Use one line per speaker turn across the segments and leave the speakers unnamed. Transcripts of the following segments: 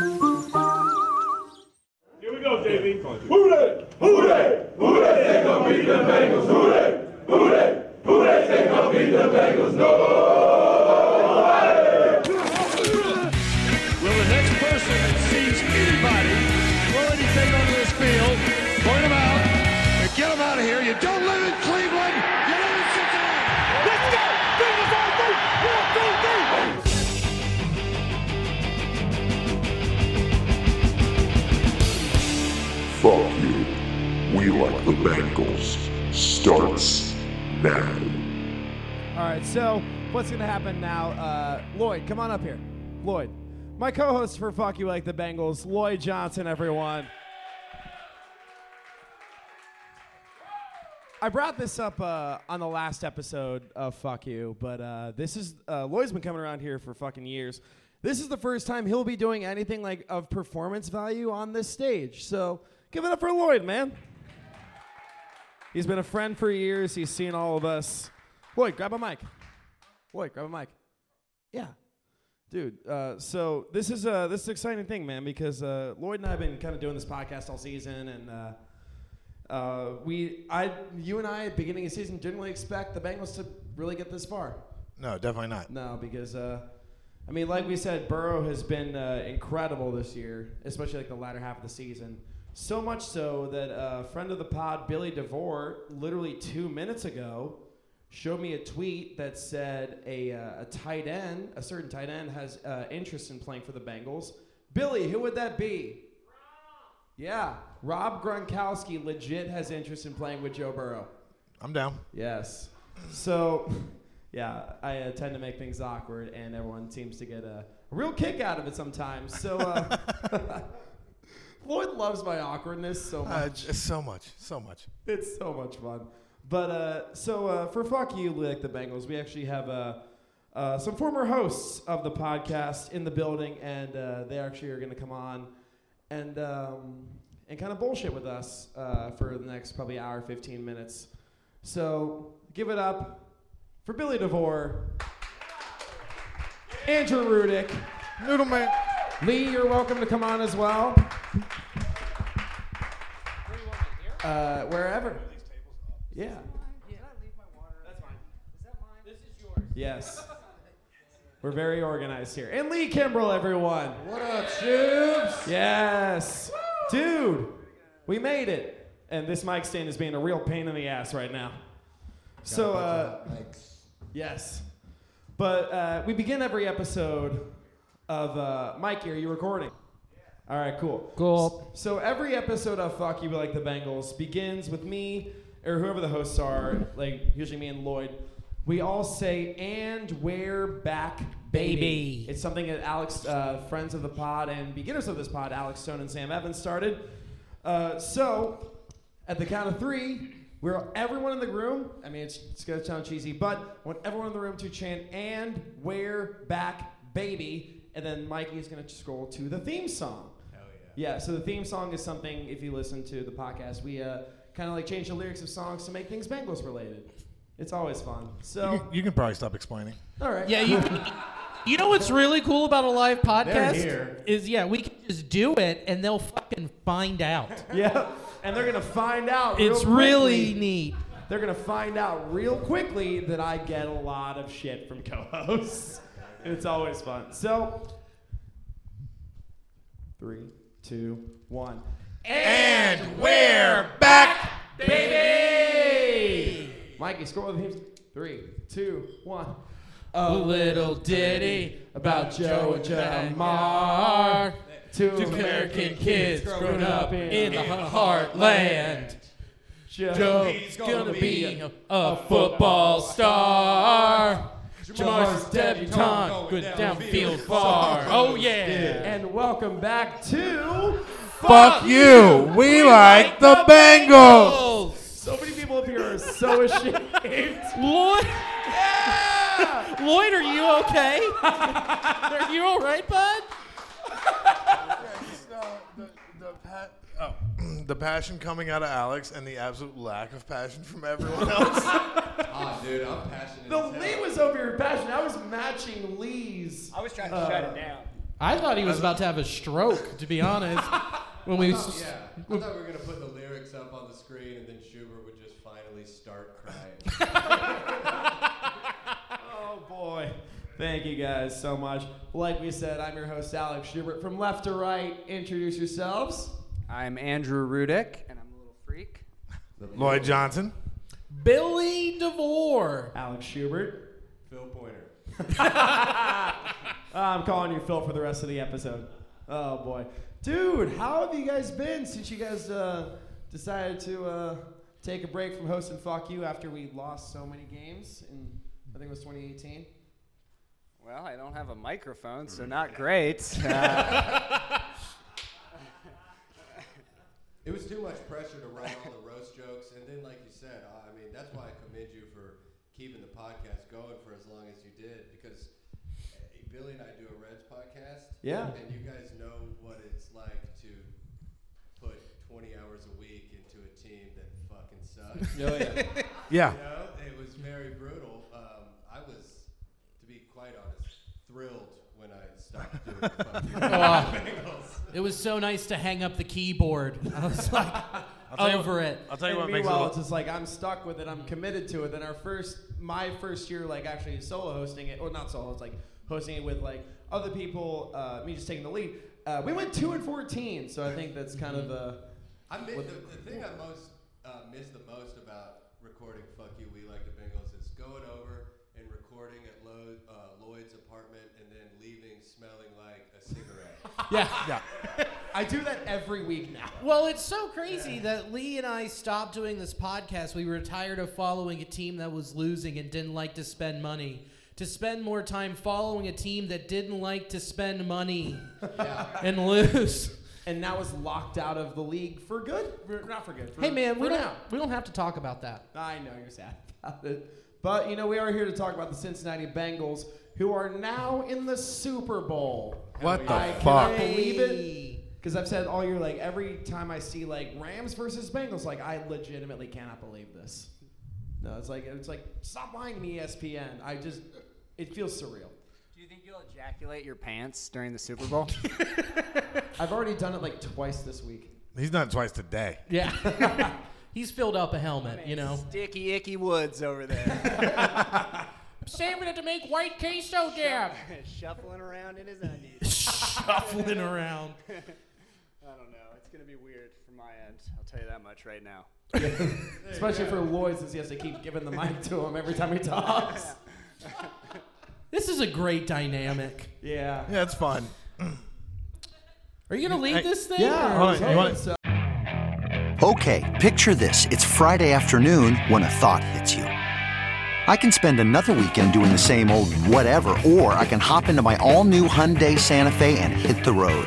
Here we go, JV. Who they? Who they? Who they think gonna beat the Bengals? Who they? Who they? Who they think gonna beat the Bengals? No.
Will the next person that sees anybody throw anything onto this field, point them out, and get them out of here? You don't live in Cleveland. You live in Cincinnati. Let's go! Bengals on three. One, two, three.
Fuck you. We like the Bengals. Starts now.
All right, so what's going to happen now? Uh, Lloyd, come on up here. Lloyd, my co host for Fuck You Like the Bengals, Lloyd Johnson, everyone. I brought this up uh, on the last episode of Fuck You, but uh, this is uh, Lloyd's been coming around here for fucking years. This is the first time he'll be doing anything like of performance value on this stage. So give it up for Lloyd, man. He's been a friend for years. He's seen all of us. Lloyd, grab a mic. Lloyd, grab a mic. Yeah, dude. Uh, so this is uh, this is an exciting thing, man, because uh, Lloyd and I have been kind of doing this podcast all season, and uh, uh, we, I, you and I, at the beginning of the season, didn't really expect the Bengals to really get this far.
No, definitely not.
No, because uh, I mean, like we said, Burrow has been uh, incredible this year, especially like the latter half of the season. So much so that uh, friend of the pod, Billy DeVore, literally two minutes ago, showed me a tweet that said a, uh, a tight end, a certain tight end, has uh, interest in playing for the Bengals. Billy, who would that be? Yeah, Rob Gronkowski legit has interest in playing with Joe Burrow.
I'm down.
Yes. So, yeah, I uh, tend to make things awkward, and everyone seems to get a real kick out of it sometimes. So, uh, Lloyd loves my awkwardness so much.
Uh, j- so much, so much.
It's so much fun. But uh, so uh, for fuck you, like the Bengals, we actually have uh, uh, some former hosts of the podcast in the building, and uh, they actually are going to come on and um, and kind of bullshit with us uh, for the next probably hour, fifteen minutes. So give it up for Billy DeVore, Andrew Rudick,
Noodleman.
Lee. You're welcome to come on as well. Uh, wherever. Yeah. Yes. We're very organized here. And Lee Kimbrell, everyone. What up, Shubes? Yes. Dude, we made it. And this mic stand is being a real pain in the ass right now. So, uh, yes. But uh, we begin every episode of uh, Mike, are you recording? All right, cool. Cool. So every episode of Fuck You Like the Bengals begins with me or whoever the hosts are, like usually me and Lloyd. We all say, and we're back, baby.
Baby.
It's something that Alex, uh, friends of the pod and beginners of this pod, Alex Stone and Sam Evans started. Uh, so at the count of three, we're everyone in the room. I mean, it's, it's gonna sound cheesy, but I want everyone in the room to chant "and we're back, baby," and then Mikey is gonna scroll to the theme song. Hell yeah! Yeah. So the theme song is something. If you listen to the podcast, we uh, kind of like change the lyrics of songs to make things Bengals related. It's always fun.
You,
So
can- you can probably stop explaining.
all right.
Yeah, you. You know what's really cool about a live podcast
here.
is yeah, we can just do it and they'll fucking find out.
yeah. And they're gonna find out. real
It's really
quickly.
neat.
They're gonna find out real quickly that I get a lot of shit from co-hosts. It's always fun. So, three, two, one.
And we're back.
Baby! Mikey, score with him. Three, two, one. A little ditty about Joe and Jamar. Two American kids grown up in the heartland. Joe's gonna be a football star. Jamar's debutante, good downfield far. Oh yeah! And welcome back to
Fuck you. We like the Bengals.
So many people up here are so ashamed.
Lloyd. Lloyd, are you okay? are you all right, bud?
The passion coming out of Alex and the absolute lack of passion from everyone else.
dude, I'm passionate.
The Lee was over here passionate. I was matching Lee's.
I was trying to shut it down.
I thought he was about to have a stroke, to be honest. When we s-
yeah, I thought we were gonna put the lyrics up on the screen and then Schubert would just finally start crying.
Oh boy. Thank you guys so much. Like we said, I'm your host, Alex Schubert. From left to right, introduce yourselves.
I'm Andrew Rudick, and I'm a little freak.
Lloyd Johnson.
Billy DeVore.
Alex Schubert.
Phil Pointer.
I'm calling you Phil for the rest of the episode. Oh boy. Dude, how have you guys been since you guys uh, decided to uh, take a break from hosting Fuck You after we lost so many games in, I think it was 2018?
Well, I don't have a microphone, so not great. Uh,
It was too much pressure to write all the roast jokes, and then, like you said, I I mean, that's why I commend you for keeping the podcast going for as long as you did, because uh, Billy and I do a Reds podcast.
Yeah.
And you guys know what it's like to put 20 hours a week into a team that fucking sucks.
Oh, yeah.
Yeah.
You know, it was very brutal. Um, I was, to be quite honest, thrilled when I stopped doing the fucking Bengals.
It was so nice to hang up the keyboard. I was like, over it.
I'll tell you
And
what makes it.
meanwhile,
a
it's just like I'm stuck with it. I'm committed to it. Then our first, my first year, like actually solo hosting it, or not solo, it's like hosting it with like other people. Uh, me just taking the lead. Uh, we went two and fourteen, so I think that's kind of a.
I mi- the, the thing I most uh, miss the most about recording "Fuck You, We Like the Bengals" is going over and recording at Lo- uh, Lloyd's apartment and then leaving smelling like a cigarette.
Yeah.
I do that every week now.
Well, it's so crazy that Lee and I stopped doing this podcast. We were tired of following a team that was losing and didn't like to spend money. To spend more time following a team that didn't like to spend money and lose.
And now is locked out of the league for good. For- not for good. For,
Hey man, we
for
don't
now.
we don't have to talk about that. Uh,
I know you're sad about it, but you know we are here to talk about the Cincinnati Bengals, who are now in the Super Bowl.
What the
I
fuck?
cannot believe it.
Hey.
Because I've said all year, like every time I see like Rams versus Bengals, like I legitimately cannot believe this. No, it's like it's like stop lying to me, E ESPN. I just it feels surreal.
do you think you'll ejaculate your pants during the Super Bowl?
I've already done it like twice this week.
He's done it twice today.
Yeah. He's filled up a helmet, you know.
Sticky, icky woods over there,
Saving it to make white queso dip.
shuffling around in his undies.
Shuffling around.
I don't know. It's gonna be weird from my end. I'll tell you that much right now.
Especially for Lloyd, since he has to keep giving the mic to him every time he talks.
This is a great dynamic.
Yeah.
Yeah, it's fun.
Are you gonna leave
Hey,
this thing?
Yeah.
Hold
I
on,
was
you
hoping
wanna-
so.
Okay, picture this. It's Friday afternoon when a thought hits you. I can spend another weekend doing the same old whatever, or I can hop into my all new Hyundai Santa Fe and hit the road.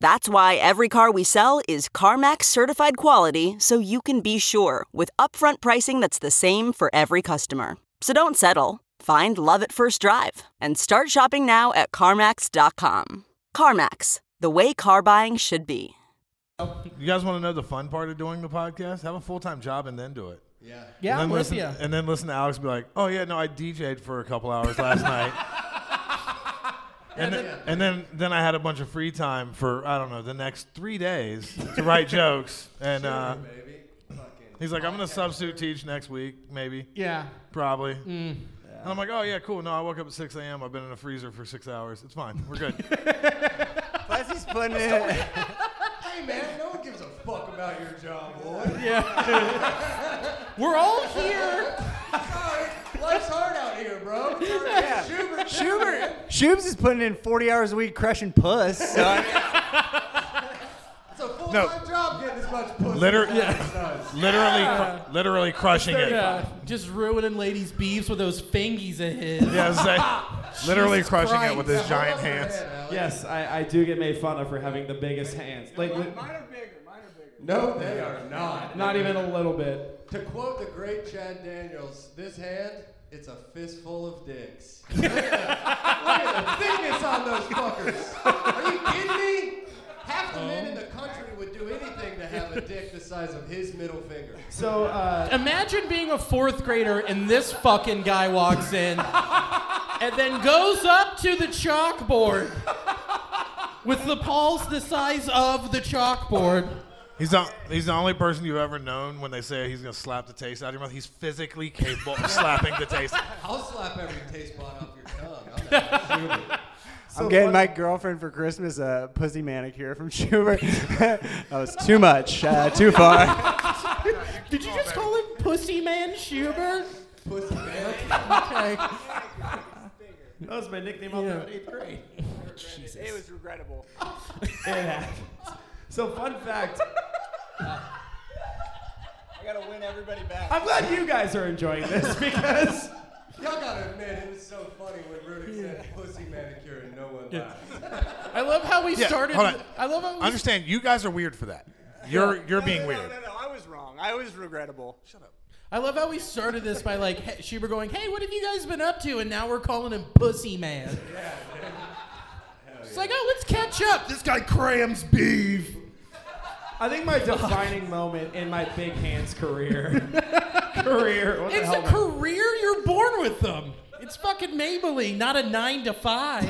That's why every car we sell is CarMax certified quality so you can be sure with upfront pricing that's the same for every customer. So don't settle. Find love at first drive and start shopping now at CarMax.com. CarMax, the way car buying should be.
You guys want to know the fun part of doing the podcast? Have a full time job and then do it.
Yeah.
Yeah,
and then
I'm with
listen,
you.
And then listen to Alex be like, "Oh yeah, no, I DJ'd for a couple hours last night." And then, and then, then I had a bunch of free time for I don't know the next three days to write jokes. And uh,
Maybe. Fucking.
he's like, "I'm gonna substitute teach next week, maybe,
Yeah. Mm.
probably." And I'm like, "Oh yeah, cool. No, I woke up at 6 a.m. I've been in a freezer for six hours. It's fine. We're good."
Plus, he's putting it.
Hey man, no one about your job, boy.
Yeah. We're all here.
Life's hard out here, bro.
Yeah.
Schubert.
Schubert Shubes is putting in 40 hours a week crushing puss. So I mean,
It's a full-time
No.
job getting as much pussy.
Liter-
as
yeah.
Alex does.
Literally, cr- literally crushing it.
Yeah, just ruining ladies' beefs with those fingies of his.
Yeah, I was like, literally
Jesus
crushing it
Christ.
with his giant hands.
Yes, I, I do get made fun of for having the biggest hands. Like,
Mine are bigger. Mine are bigger. No, they are not.
Not even a little bit.
To quote the great Chad Daniels, this hand, it's a fistful of dicks. Look at the thickness on those fuckers. Are you kidding me? Half the men
Oh.
in the country would do anything to have a dick the size of his middle finger.
So uh,
imagine being a fourth grader and this fucking guy walks in and then goes up to the chalkboard with the balls the size of the chalkboard.
He's the, he's the only person you've ever known when they say he's gonna slap the taste out of your mouth. He's physically capable of slapping the taste.
I'll slap every taste bud off your tongue. I'm not stupid.
I'm getting my girlfriend for Christmas a pussy manicure from Schubert. that was too much, uh, too far.
Did you just call him Pussy Man Schubert?
Pussy Man.
Okay.
That was my nickname out
Yeah.
there in eighth grade.
It was regrettable.
Yeah. So fun fact.
I gotta win everybody back.
I'm glad you guys are enjoying this because
Y'all gotta admit, it was so funny when Rudy said pussy manicure and no one laughed.
I love how we
Yeah,
started.
hold on.
I love how we
Understand? You guys are weird for that. You're you're being weird.
I was wrong. I was regrettable. Shut up.
I love how we started this by like he- Schubert going, "Hey, what have you guys been up to?" And now we're calling him Pussy Man. It's like, oh, let's catch up. This guy crams beef.
I think my defining moment in my big hands career. career. What the
It's
hell?
a career. You're born with them. It's fucking Maybelline, not a nine to five.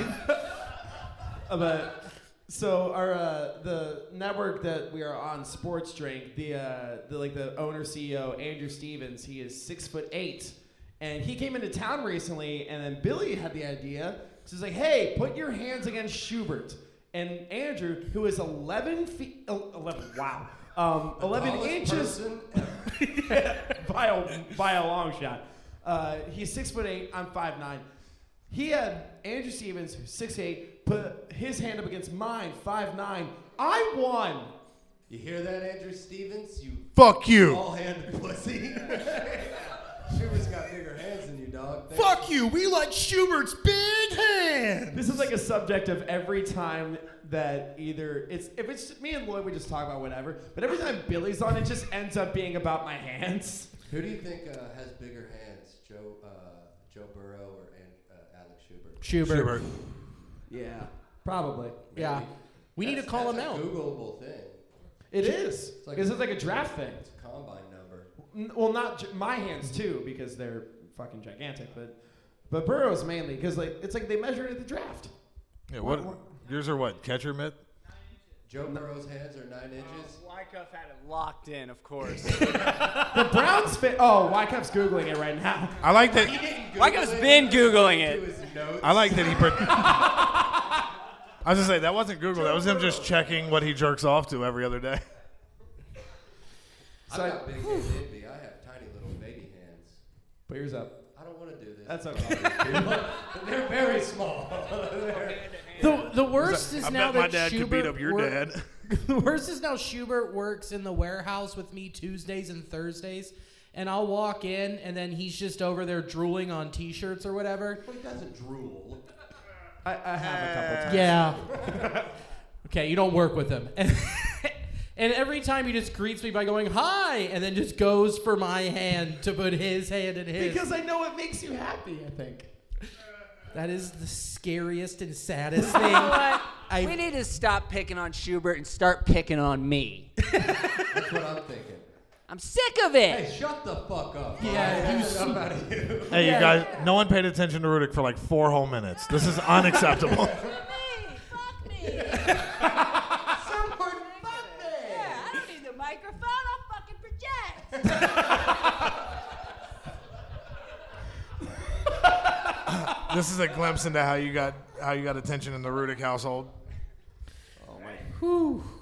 Uh, but so our uh, the network that we are on, Sports Drink, the uh, the like the owner CEO Andrew Stevens, he is six foot eight, and he came into town recently, and then Billy had the idea. So he's like, "Hey, put your hands against Schubert." And Andrew, who is 11 feet, el- 11, wow, um, 11
tallest
inches
person
by, a, by a long shot. Uh, he's six foot eight. I'm five nine. He had Andrew Stevens, who's six eight, put his hand up against mine, five nine. I won.
You hear that, Andrew Stevens? You
Fuck you.
all hand pussy. Schubert's got bigger hands than you, dog.
Fuck you. We like Schubert's big hand.
This is like a subject of every time that either it's if it's me and Lloyd, we just talk about whatever. But every time Billy's on, it just ends up being about my hands.
Who do you think uh, has bigger hands, Joe uh, Joe Burrow or An- uh, Alex Schubert?
Schubert.
Yeah, probably.
Yeah. We need to
That's-
call him
that's
out.
a Googleable thing.
It is. It's
like-
like, like a draft thing.
It's a combine number.
N- well, not j- my hands too, because they're fucking gigantic. But but Burrow's mainly because like it's like they measure it at the draft.
Yeah, what, yours are what? Catcher mitt?
Joe Burrow's hands are nine inches.
Wycuff had it locked in, of course.
The Browns fit. Oh, Wyckoff's googling it right now.
I like
He
that.
didn't Google
Wycuff's
it.
been
He looked
Googling
into
it.
his notes.
I like that he. Pre- I was gonna say that wasn't Google. That was him just checking what he jerks off to every other day.
I'm not big hands envy. I have tiny little baby hands.
Put yours up.
I don't want to do this.
That's okay.
They're very small. They're-
The the worst is
I
now
bet my
that
dad
Schubert
could beat up your
wor-
dad.
the worst is now Schubert works in the warehouse with me Tuesdays and Thursdays, and I'll walk in and then he's just over there drooling on T-shirts or whatever.
he doesn't drool.
I, I have a couple times.
Yeah. okay, you don't work with him. And, every time he just greets me by going hi, and then just goes for my hand to put his hand in his.
Because I know it makes you happy. I think.
that is the scariest and saddest thing. I-
we need to stop picking on Schubert and start picking on me.
That's what I'm thinking.
I'm sick of it.
Hey, shut the fuck up.
Yeah,
Alright,
you
that's
s-
enough out of you.
Hey, you guys, no one paid attention to Rudick for like four whole minutes. This is unacceptable.
Fuck me!
Someone fuck me.
Yeah, I don't need the microphone. I'll fucking project.
this is a glimpse into how you got how you got attention in the Rudick household.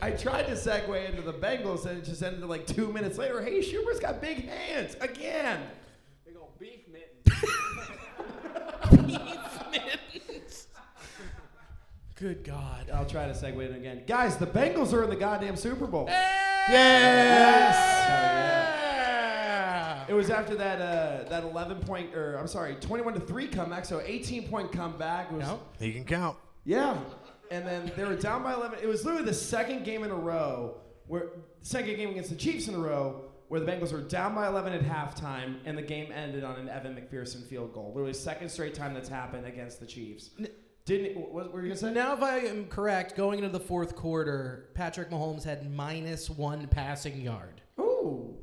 I tried to segue into the Bengals, and it just ended like two minutes later. Hey, Schumer's got big hands again.
Big old beef mitten.
Good God. I'll try to segue in again. Guys, the Bengals are in the goddamn Super Bowl.
Yes!
It was after that uh, that 11 point, or I'm sorry, 21 to 3 comeback, so 18 point comeback. Was,
He can count.
Yeah. And then they were down by 11. It was literally the second game in a row, where second game against the Chiefs in a row, where the Bengals were down by 11 at halftime, and the game ended on an Evan McPherson field goal. Literally, second straight time that's happened against the Chiefs. Didn't, what were you going to say?
Now, if I am correct, going into the fourth quarter, Patrick Mahomes had minus one passing yard.
Ooh.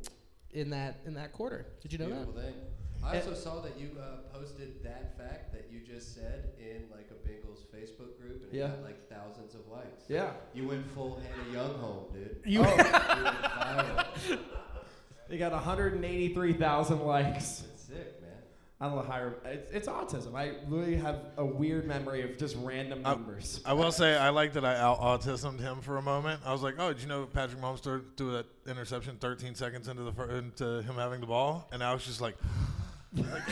In that in that quarter, did you know
Beautiful
that?
thing. I also saw that you uh, posted that fact that you just said in like a Bengals Facebook group, and it
Yeah.
got like thousands of likes.
Yeah.
you went full Hannah Young home, dude.
You-
Oh, you went
Oh.
viral.
They got 183,000 likes.
Sick, man.
I don't know how. It's, it's autism. I literally have a weird memory of just random numbers.
I will say I like that I out autismed him for a moment. I was like, "Oh, did you know Patrick Mahomes threw, threw that interception 13 seconds into the fir- into him having the ball?" And I was just like, like,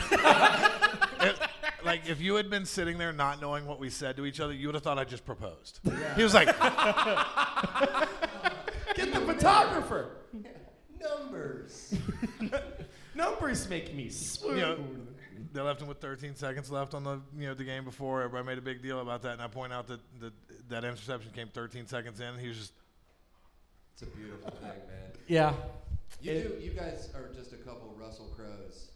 it- like, if you had been sitting there not knowing what we said to each other, you would have thought I just proposed. He was like,
Get the photographer.
Numbers.
numbers make me swoon.
you know, they left him with 13 seconds left on the you know the game before. Everybody made a big deal about that, and I point out that that, that interception came 13 seconds in. He was just
It's a beautiful thing, man.
Yeah.
You
It-
do. You guys are just a couple Russell Crows.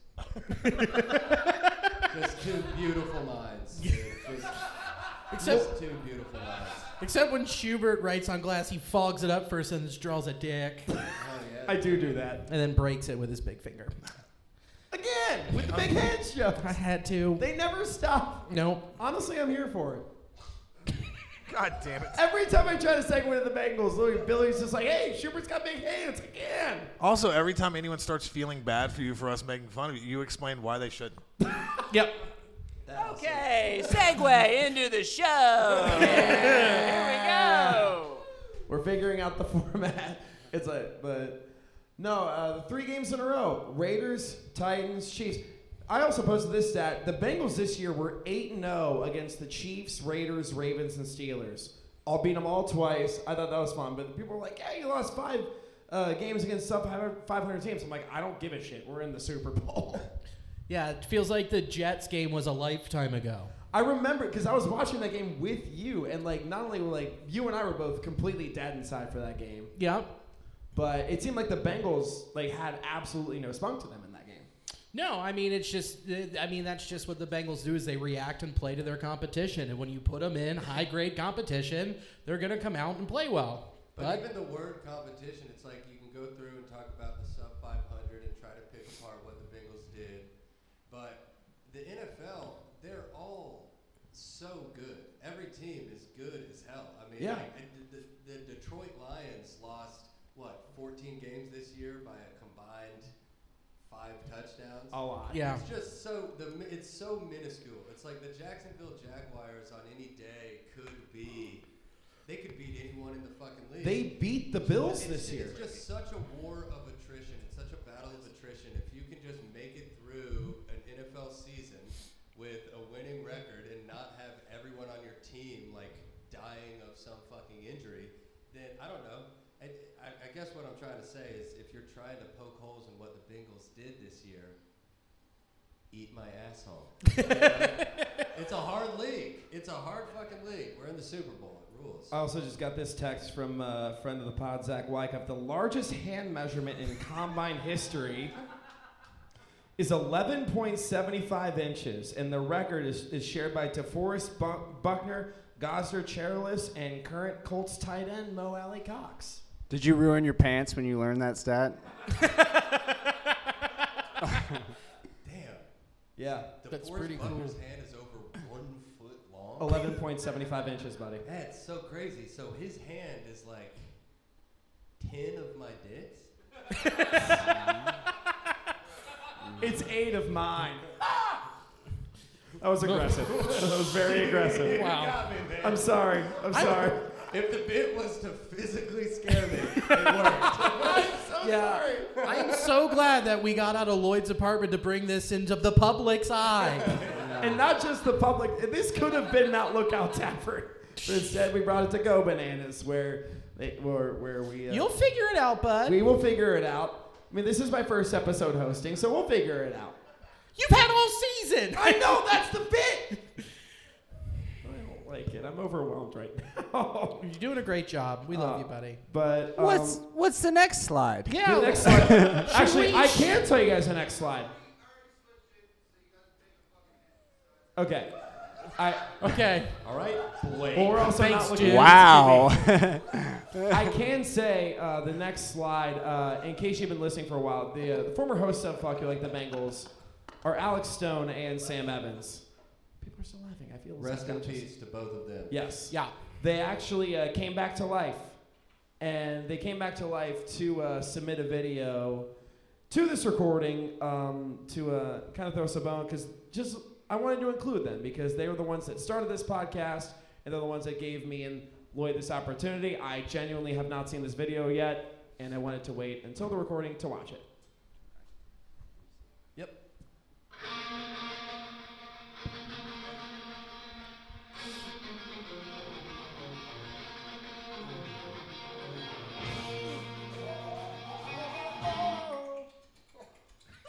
just two beautiful minds. Dude. Just,
Except-
just two beautiful minds.
Except when Schubert writes on glass, he fogs it up first and just draws a dick.
I do do that.
And then breaks it with his big finger.
Again, with the big hand show. I
had to.
They never stop.
Nope.
Honestly, I'm here for it.
God damn it.
Every time I try to segue into the Bengals, literally Billy's just like, hey, Schubert's got big hands again.
Also, every time anyone starts feeling bad for you for us making fun of you, you explain why they shouldn't.
yep.
Okay, segue into the show. Here we go.
We're figuring out the format. It's a but no, uh, three games in a row: Raiders, Titans, Chiefs. I also posted this stat: the Bengals this year were eight and zero against the Chiefs, Raiders, Ravens, and Steelers. I'll beat them all twice. I thought that was fun, but people were like, "Yeah, you lost five uh, games against sub five hundred teams." I'm like, I don't give a shit. We're in the Super Bowl.
Yeah, it feels like the Jets game was a lifetime ago.
I remember because I was watching that game with you, and like not only were like you and I were both completely dead inside for that game.
Yeah.
But it seemed like the Bengals like had absolutely no spunk to them in that game.
No, I mean it's just I mean that's just what the Bengals do is they react and play to their competition, and when you put them in high grade competition, they're gonna come out and play well.
But,
But
even the word competition, it's like you can go through and talk about the sub 500 and try to pick apart what the Bengals did. But the NFL, they're all so good. Every team is good as hell. I mean,
Yeah.
like, the, the, the Detroit Lions lost, what, 14 games this year by a combined five touchdowns?
A lot.
Yeah.
It's just so, the, mi- it's so minuscule. It's like the Jacksonville Jaguars on any day could be. They could beat anyone in the fucking league.
They beat the Bills
It's-
this
it's
year.
just such a war of attrition. It's such a battle of attrition. If you can just make it through an NFL season with a winning record and not have everyone on your team like dying of some fucking injury, then I don't know. I, I, I guess what I'm trying to say is if you're trying to poke holes in what the Bengals did this year, eat my asshole. You know? it's a hard league. It's a hard fucking league. We're in the Super Bowl. It rules.
I also just got this text from a friend of the pod, Zach Wyckoff. The largest hand measurement in combine history is 11.75 inches, and the record is, is shared by DeForest Buck- Buckner, Gosser Chairless, and current Colts tight end Mo Alley Cox.
Did you ruin your pants when you learned that stat?
Yeah.
That's pretty Oh, Buckner's hand is over one foot long.
11.75 inches, buddy.
That's so crazy. So his hand is like ten of my dicks.
It's eight of mine.
Ah!
That was aggressive. that was very aggressive.
You got me, man.
I'm sorry. I'm sorry.
I, If the bit was to physically scare me, it worked. I'm so
Yeah.
sorry.
I'm so glad that we got out of Lloyd's apartment to bring this into the public's eye.
and not just the public. This could have been not Lookout Tavern. But instead, we brought it to Go Bananas, where they, where, where we. Uh,
You'll figure it out, bud.
We will figure it out. I mean, this is my first episode hosting, so we'll figure it out.
You've had all season.
I know that's the bit. I don't like it. I'm overwhelmed right now.
You're doing a great job. We love you, buddy.
But um,
What's what's the next slide?
Yeah,
Uh, the next slide. Actually, I can tell you guys the next slide. Okay. I
okay.
All right, Blake.
Well, we're also
Thanks,
not looking at
Jim.
Wow.
TV. I can say uh, the next slide, uh, in case you've been listening for a while, the, uh, the former hosts of Fuck You Like the Bengals are Alex Stone and Sam Evans. People are still laughing. I feel
Rest in
self-conscious.
peace to both of them.
Yes. Yeah. They actually uh, came back to life, and they came back to life to uh, submit a video to this recording um, to uh, kind of throw us a bone because just I wanted to include them because they were the ones that started this podcast and they're the ones that gave me and Lloyd this opportunity. I genuinely have not seen this video yet, and I wanted to wait until the recording to watch it.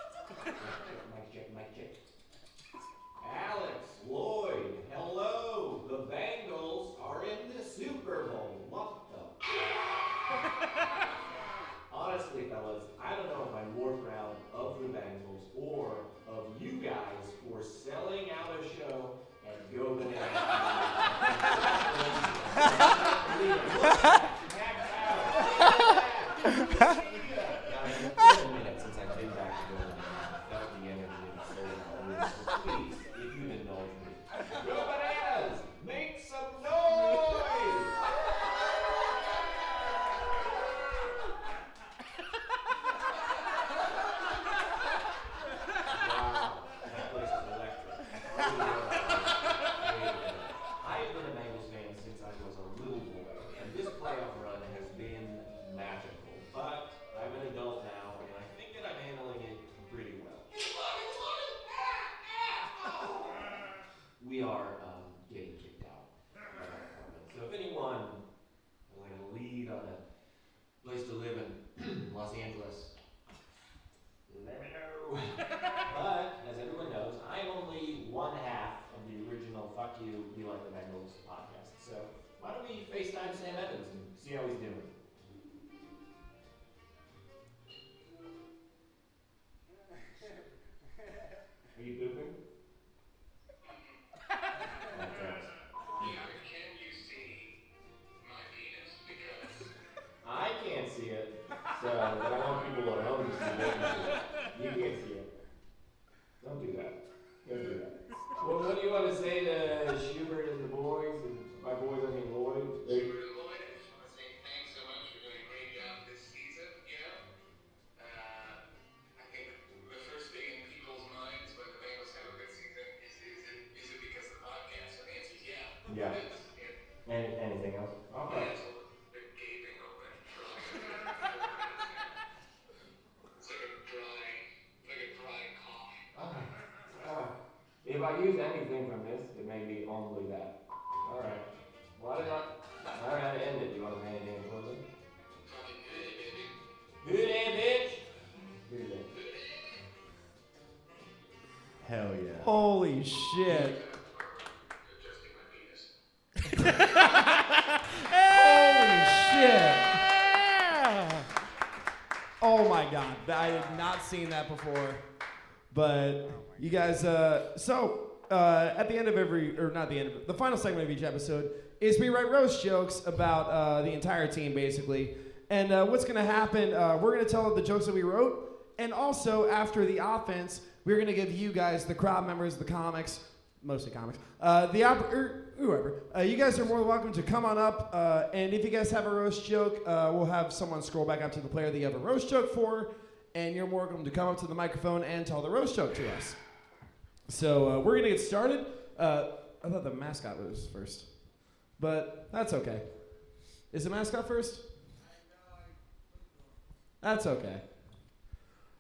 Mic check, mic check. Alex, Lloyd, hello. The Bengals are in the Super Bowl. What the? Honestly, fellas, I don't know if I'm more proud of the Bengals or of you guys for selling out a show and go bananas. Guys, it's been a minute since I've been back to Golden Hour without the energy and soul of the so please, if you indulge me. Go bananas! Make some noise! Wow, that place is electric. Really electric. I have been a Bengals fan since I was a little boy, and this playoff run has been magical. But I'm an adult now, and I think that I'm handling it pretty well. We are um, getting kicked out of our apartment. So if anyone would like a lead on a place to live in Los Angeles, let me know. but as everyone knows, I'm only one half of the original "Fuck You, Be Like the Bengals" podcast. So why don't we FaceTime Sam Evans and see how he's doing? Are you pooping? I can't see it, so but I want people at home to see it. You can't see it. Don't do that. Don't do that. Well, what do you want to say to Schubert and the boys, and my boys, I mean Lloyd? They- Uh, Yeah. Any, anything else? Okay. Ah. If I use anything from this, it may be only that. Alright. Why did I? Alright, I end it. Do you want to say anything in closing? Good day, bitch! Good day.
Hell yeah.
Holy shit. Holy shit. Oh my god, Th- I had not seen that before. But you guys, uh, so uh, at the end of every, or not the end of the final segment of each episode is we write roast jokes about uh, the entire team basically. And uh, what's gonna happen? Uh, we're gonna tell the jokes that we wrote, and also after the offense, we're gonna give you guys, the crowd members, the comics, mostly comics. Uh, the op- or whoever. Uh, you guys are more than welcome to come on up. Uh, and if you guys have a roast joke, uh, we'll have someone scroll back up to the player that you have a roast joke for, and you're more welcome to come up to the microphone and tell the roast joke to us. So uh, we're gonna get started. Uh, I thought the mascot was first, but that's okay. Is the mascot first? That's okay.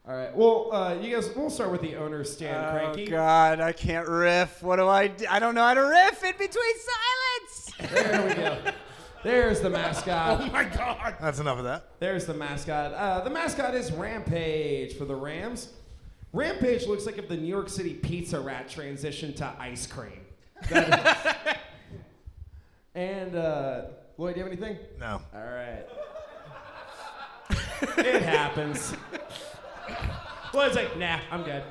All right. Well, uh, you guys, we'll start with the owner, Stan Cranky.
Oh God, I can't riff. What do I? Do? I don't know how to riff in between silence.
There we go. There's the mascot.
Oh my God. That's enough of that.
There's the mascot. Uh, the mascot is Rampage for the Rams. Rampage looks like if the New York City pizza rat transitioned to ice cream. That is- and uh, Lloyd, do you have anything?
No.
All right. it happens. Lloyd's like, nah, I'm good.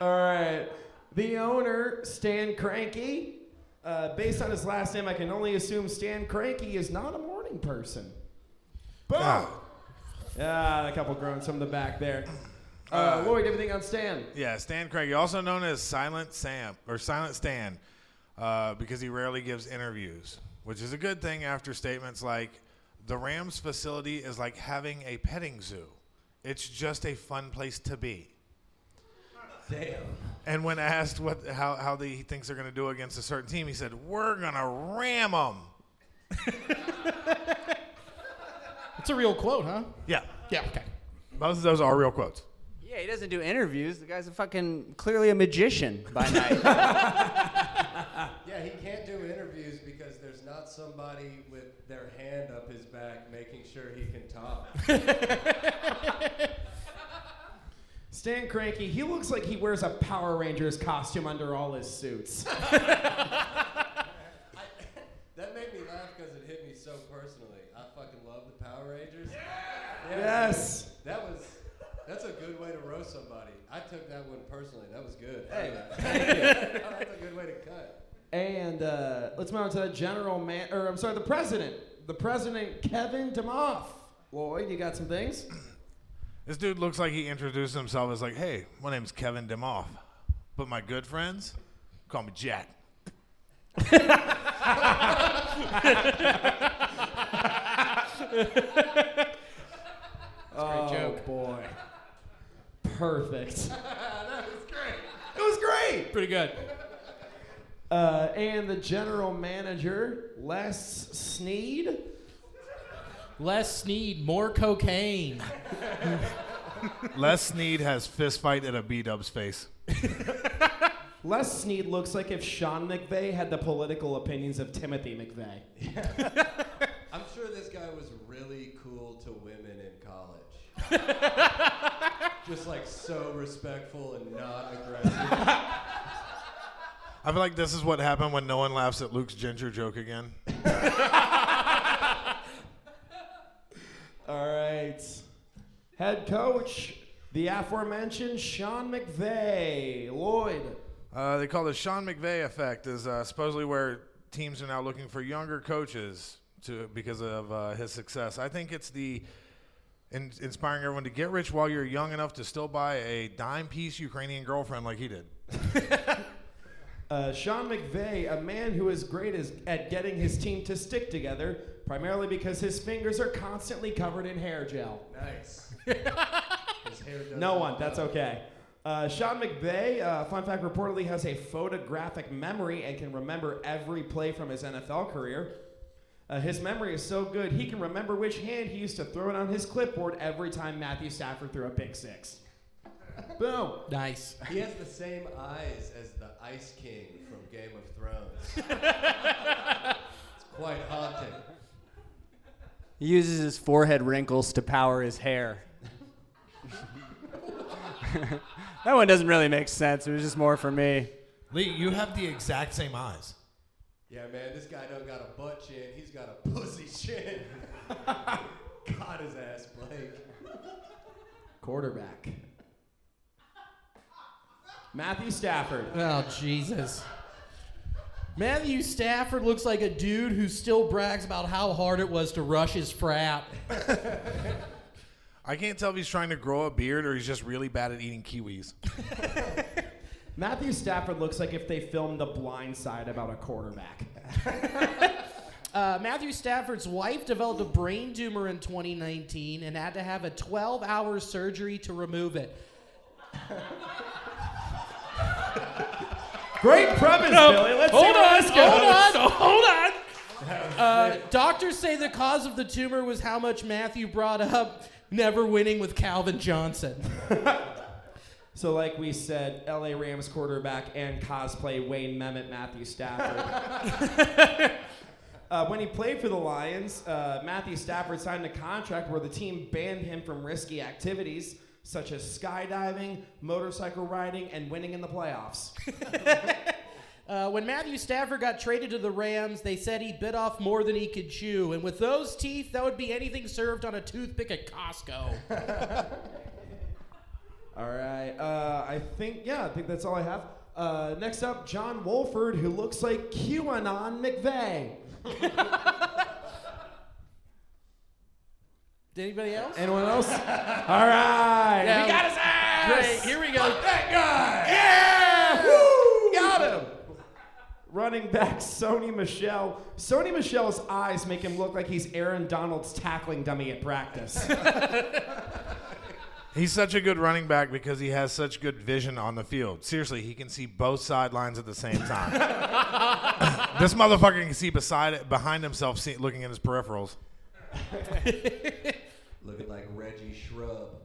All right. The owner, Stan Cranky. Uh, based on his last name, I can only assume Stan Cranky is not a morning person. Boom! Ah, a couple groans from the back there. Uh,
Uh,
Lloyd, everything on Stan?
Yeah, Stan Craig, also known as Silent Sam or Silent Stan, uh, because he rarely gives interviews, which is a good thing after statements like, "The Rams facility is like having a petting zoo. It's just a fun place to be."
Damn.
And when asked what how how they, he thinks they're going to do against a certain team, he said, "We're gonna ram them."
It's a real quote, huh?
Yeah.
Yeah. Okay.
Both of those are real quotes.
Yeah, he doesn't do interviews. The guy's a fucking clearly a magician by night.
Yeah, he can't do interviews because there's not somebody with their hand up his back making sure he can talk.
Stan Cranky, he looks like he wears a Power Rangers costume under all his suits.
that made me laugh because it hit me so personally. I fucking love the Power Rangers.
Yes.
That was. That's a good way to roast somebody. I took that one personally. That was good.
Hey.
Thank you. Oh, that's a good way to cut.
And uh, let's move on to the general man, or I'm sorry, the president. The president, Kevin Demoff. Lloyd, you got some things?
This dude looks like he introduced himself as like, "Hey, my name's Kevin Demoff, but my good friends call me Jack."
oh,
joke.
boy. Perfect.
that was great.
It was great.
Pretty good.
Uh, and the general manager, Les Snead.
Less need more cocaine.
Les Snead has fist fight at a B Dub's face.
Les Snead looks like if Sean McVay had the political opinions of Timothy McVeigh.
I'm sure this guy was really cool to women in college. Just like so respectful and not aggressive.
I feel like this is what happened when no one laughs at Luke's ginger joke again.
All right. Head coach, the aforementioned Sean McVay. Lloyd.
Uh, they call the Sean McVay effect is uh, supposedly where teams are now looking for younger coaches to because of uh, his success. I think it's the in, inspiring everyone to get rich while you're young enough to still buy a dime piece Ukrainian girlfriend like he did.
Uh, Sean McVay, a man who is great as, at getting his team to stick together, primarily because his fingers are constantly covered in hair gel.
nice. His hair does
No
not
one, that's
know.
okay. Uh, Sean McVay, uh, fun fact, reportedly has a photographic memory and can remember every play from his NFL career. Uh, his memory is so good, he can remember which hand he used to throw it on his clipboard every time Matthew Stafford threw a pick six. Boom.
Nice.
He has the same eyes as the Ice King from Game of Thrones. it's quite haunting.
He uses his forehead wrinkles to power his hair. that one doesn't really make sense. It was just more for me.
Lee, you have the exact same eyes.
Yeah, man, this guy don't got a butt chin. He's got a pussy chin. Caught his ass, Blake.
Quarterback. Matthew Stafford.
Oh, Jesus. Matthew Stafford looks like a dude who still brags about how hard it was to rush his frat.
I can't tell if he's trying to grow a beard or he's just really bad at eating kiwis.
Matthew Stafford looks like if they filmed The Blind Side about a quarterback.
Uh, Matthew Stafford's wife developed a brain tumor in 2019 and had to have a 12 hour surgery to remove it.
Great premise,
No,
Billy. Let's
hold
see where
on,
this
hold
goes.
on, hold on.
Uh, doctors say the cause of the tumor was how much Matthew brought up never winning with Calvin Johnson.
So, like we said, LA Rams quarterback and cosplay Wayne Mehmet Matthew Stafford. uh, when he played for the Lions, uh, Matthew Stafford signed a contract where the team banned him from risky activities such as skydiving, motorcycle riding, and winning in the playoffs.
Uh, when Matthew Stafford got traded to the Rams, they said he bit off more than he could chew, and with those teeth, that would be anything served on a toothpick at Costco.
All right. Uh, I think, yeah, I think that's all I have. Uh, next up, John Wolford, who looks like QAnon McVeigh.
Did anybody else?
Anyone else? all right.
Yeah.
We got his ass.
Great. Here we go.
Fuck that guy. Yeah. Woo. Got him. Running back Sony Michelle. Sony Michelle's eyes make him look like he's Aaron Donald's tackling dummy at practice.
He's such a good running back because he has such good vision on the field. Seriously, he can see both sidelines at the same time. this motherfucker can see beside it, behind himself, see, looking at his peripherals.
Looking like Reggie Shrub.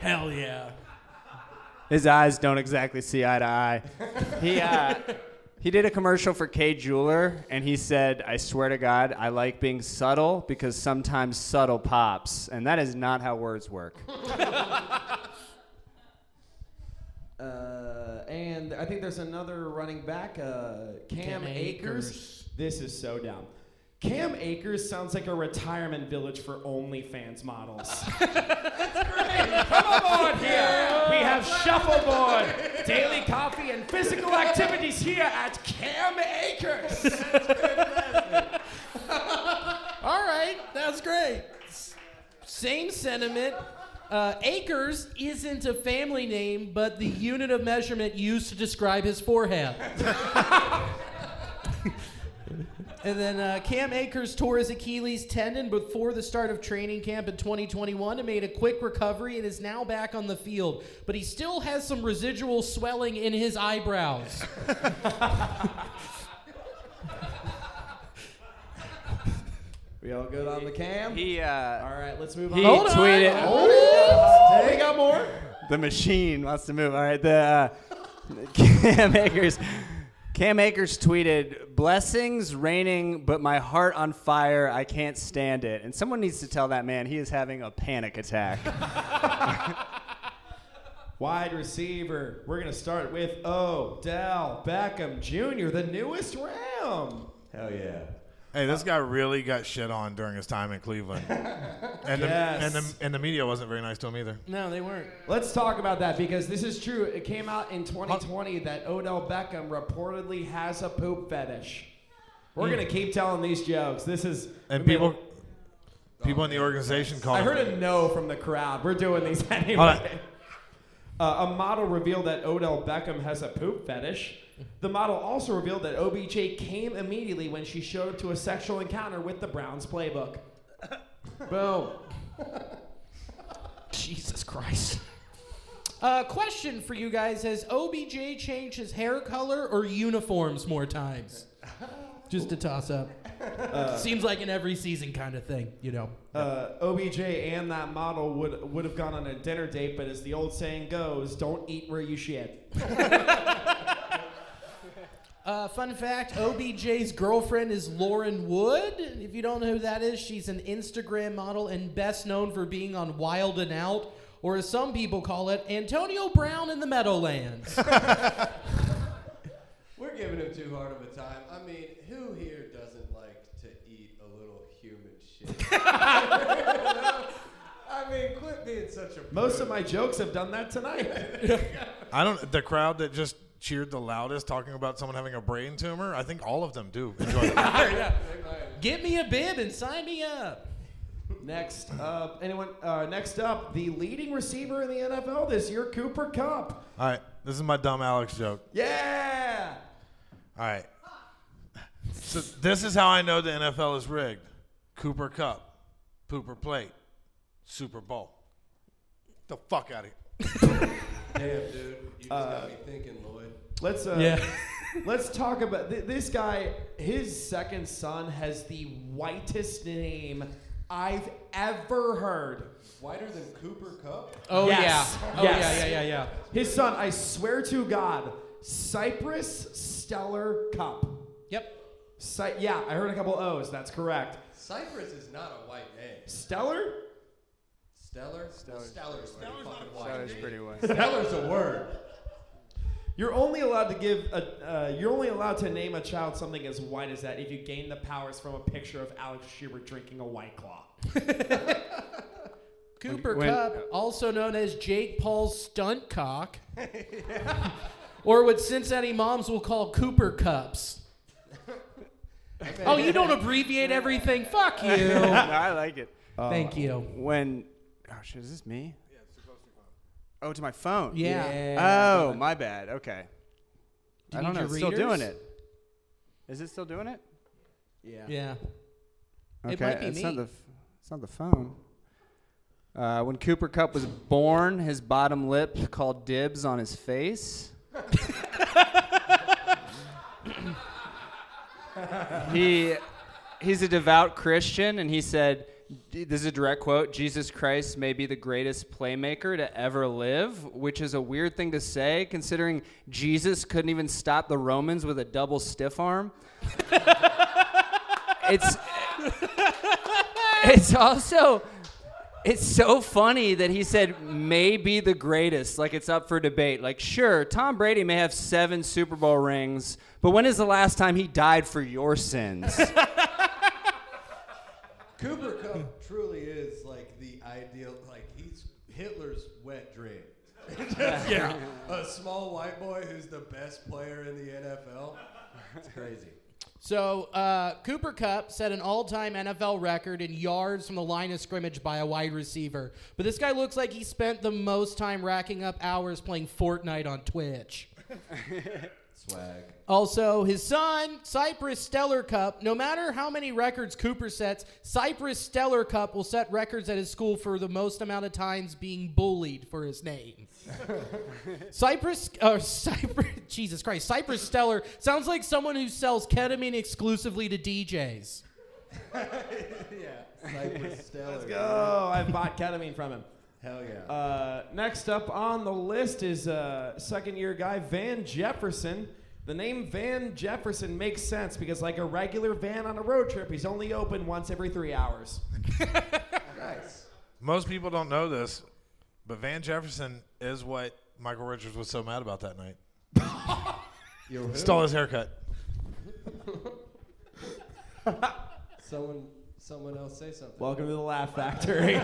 Hell yeah.
His eyes don't exactly see eye to eye.
He uh, he did a commercial for K Jeweler, and he said, "I swear to God, I like being subtle because sometimes subtle pops, and that is not how words work."
Uh, and I think there's another running back, uh, Cam,
Cam
Akers.
Akers.
This is so dumb. Cam Akers sounds like a retirement village for OnlyFans models. Come on here. We have shuffleboard, daily coffee, and physical activities here at Cam Akers.
All right, that's great. S- Same sentiment. Uh, Acres isn't a family name, but the unit of measurement used to describe his forehead. and then uh, Cam Akers tore his Achilles tendon before the start of training camp in 2021 and made a quick recovery and is now back on the field. But he still has some residual swelling in his eyebrows.
we all good on the cam?
He uh,
all right, let's move
he
on. Hold on.
tweeted.
Hold it. Hey, got more?
The machine wants to move. All right, the uh, Cam Akers. Cam Akers tweeted, "Blessings raining, but my heart on fire. I can't stand it." And someone needs to tell that man he is having a panic attack.
Wide receiver. We're going to start with Odell Beckham Jr., the newest Ram.
Hell yeah.
Hey, this guy really got shit on during his time in Cleveland. And,
Yes.
the, and, the, and the media wasn't very nice to him either.
No, they weren't.
Let's talk about that because this is true. It came out in 2020 that Odell Beckham reportedly has a poop fetish. We're
Hmm.
Mm.
going to keep telling these jokes. This is.
And people people in the organization called
I
him.
heard a no from the crowd. We're doing these
Hold on.
anyway. Uh, a model revealed that Odell Beckham has a poop fetish. The model also revealed that OBJ came immediately when she showed up to a sexual encounter with the Browns playbook. Boom.
Jesus Christ. Uh, question for you guys: Has OBJ changed his hair color or uniforms more times? Just a toss-up. Seems like an every season kind of thing, you know.
Uh, OBJ and that model would would have gone on a dinner date, but as the old saying goes, don't eat where you shit.
Uh, fun fact: OBJ's girlfriend is Lauren Wood. If you don't know who that is, she's an Instagram model and best known for being on Wild and Out, or as some people call it, Antonio Brown in the Meadowlands.
We're giving him too hard of a time. I mean, who here doesn't like to eat a little human shit? I mean, quit being such a.
Most of my jokes have done that tonight.
I don't. The crowd that just cheered the loudest, talking about someone having a brain tumor. I think all of them do. Enjoy that.
Get me a bib and sign me up.
next up, anyone? Uh, next up, the leading receiver in the NFL this year, Cooper Cup.
all right, this is my dumb Alex joke.
Yeah.
All right, so this is how I know the NFL is rigged. Cooper Cup, Pooper Plate, Super Bowl. The fuck out of here.
Damn, dude. You just
Uh,
got me thinking, Lloyd.
Let's uh,
Yeah.
let's talk about th- this guy. His second son has the whitest name I've ever heard.
Whiter than Cooper Cup?
Oh,
Yes.
yeah. Oh, yeah,
Yes.
yeah, yeah, yeah.
His son, I swear to God, Cypress Stellar Cup.
Yep.
Cy- yeah, I heard a couple O's. That's correct.
Cypress is not a white name.
Stellar.
Stellar? Stellar. Stellar's pretty fucking white.
Stellar's pretty
white.
white.
Stellar's a word.
You're only allowed to give a. Uh, you're only allowed to name a child something as white as that if you gain the powers from a picture of Alex Schubert drinking a white claw.
Cooper
When-
Cup, also known as Jake Paul's stunt cock, or what Cincinnati moms will call Cooper Cups. oh, you don't abbreviate everything. Fuck you.
No, I like it.
Thank you.
When, oh shit, is this me? Yeah, it's to Oh, to my phone.
Yeah.
Oh,
Yeah.
my bad. Okay.
Do you
I don't
need
know.
your
It's still doing
readers?
it. Is it still doing it? Yeah.
Yeah.
Okay.
It might be
it's
me.
not the. f- It's not the phone. Uh, when Cooper Cup was born, his bottom lip called dibs on his face. he he's a devout Christian, and he said, "This is a direct quote: Jesus Christ may be the greatest playmaker to ever live," which is a weird thing to say, considering Jesus couldn't even stop the Romans with a double stiff arm. it's it's also it's so funny that he said maybe the greatest like it's up for debate like sure tom brady may have seven super bowl rings but when is the last time he died for your sins
Cooper Cup truly is like the ideal, like he's Hitler's wet dream. Just
Yeah.
A small white boy who's the best player in the NFL. It's crazy.
So uh, Cooper Cup set an all-time NFL record in yards from the line of scrimmage by a wide receiver. But this guy looks like he spent the most time racking up hours playing Fortnite on Twitch.
Swag.
Also, his son, Cypress Stellar Cup, no matter how many records Cooper sets, Cypress Stellar Cup will set records at his school for the most amount of times being bullied for his name. Cypress, uh, Cypress, Jesus Christ, Cypress Stellar sounds like someone who sells ketamine exclusively to DJs.
yeah. Cypress Stellar.
Let's go. I bought ketamine from him.
Hell yeah.
Uh, next up on the list is uh, second year guy Van Jefferson. The name Van Jefferson makes sense because, like a regular van on a road trip, he's only open once every three hours.
nice.
Most people don't know this, but Van Jefferson is what Michael Richards was so mad about that night.
Yo,
Stole his haircut.
Someone, someone else say something.
Welcome to the Laugh Factory.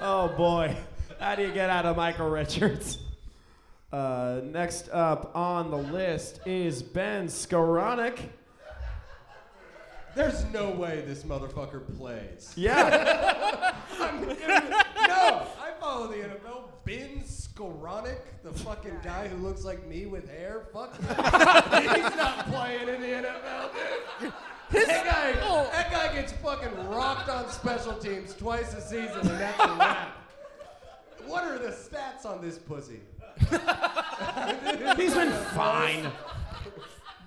oh boy, how do you get out of Michael Richards? Uh, next up on the list is Ben Skoranek.
There's no way this motherfucker plays.
Yeah.
I'm gonna- no, I follow Oh, the NFL. Ben Skoranek, the fucking guy who looks like me with hair. Fuck. him. He's not playing in the NFL, dude. that, guy,
Oh.
that guy gets fucking rocked on special teams twice a season, and that's a wrap. What are the stats on this pussy?
He's been fine.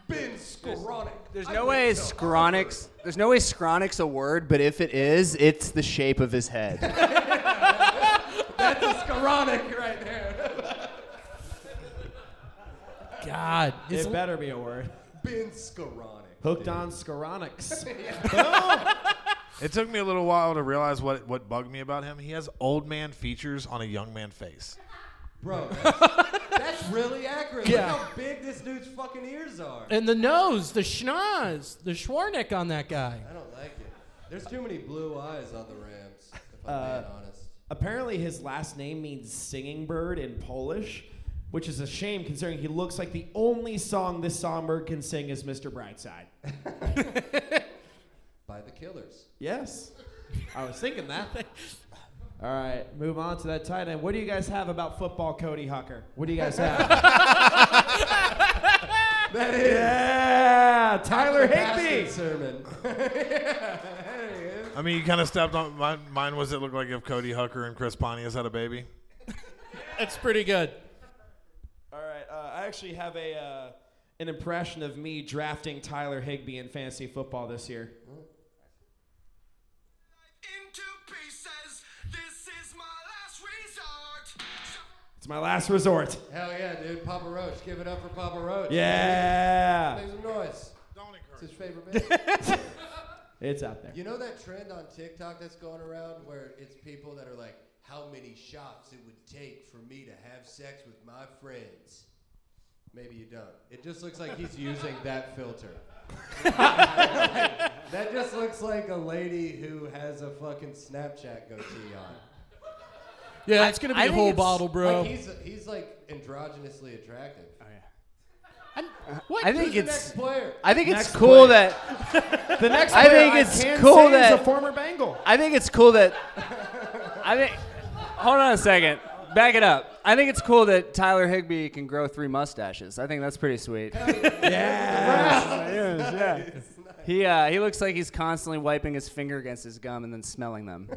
Ben Skoranek.
There's
I
no
went
way
to
Skronix. There's no way Skronix a word, but if it is, it's the shape of his head.
That's a Skoranek right there.
God,
it better be a word.
Ben Skoranek.
Hooked on Skoronics.
It took me a little while to realize what what bugged me about him. He has old man features on a young man face.
Bro, that's, that's really accurate.
Yeah.
Look how big this dude's fucking ears are.
And the nose, the schnoz, the Schwarnick on that guy.
I don't like it. There's too many blue eyes on the Rams, if I'm
Uh,
being honest.
apparently, his last name means singing bird in Polish, which is a shame considering he looks like the only song this songbird can sing is Mr. Brightside.
By the killers.
Yes. I was thinking that. All right, move on to that tight end. What do you guys have about football, Cody Hucker? What do you guys have?
That is.
Yeah, Tyler
Pastor
Higby.
Sermon. Hey,
I mean, you kind of stepped on mine. Mine was it looked like if Cody Hucker and Chris Pontius had a baby.
That's pretty good.
All right. Uh, I actually have a uh, an impression of me drafting Tyler Higby in fantasy football this year. It's my last resort.
Hell yeah, dude. Papa Roach. Give it up for Papa Roach.
Yeah.
Make some noise. It's his favorite band.
It's out there.
You know that trend on TikTok that's going around where it's people that are like, how many shots it would take for me to have sex with my friends? Maybe you don't. It just looks like he's using that filter. that just looks like a lady who has a fucking Snapchat goatee on.
Yeah, it's gonna be
a
a whole bottle, bro.
Like he's, he's like androgynously attractive. Oh yeah.
what?
I think
Who's the
it's.
next player?
I think
Next
it's cool
player.
that.
The next
I
player
think
I
it's
can
cool
say is
that
a former Bengal.
I think it's cool that. I think. Hold on a second. Back it up. I think it's cool that Tyler Higby can grow three mustaches. I think that's pretty sweet. yeah. yeah. He uh, he looks like he's constantly wiping his finger against his gum and then smelling them.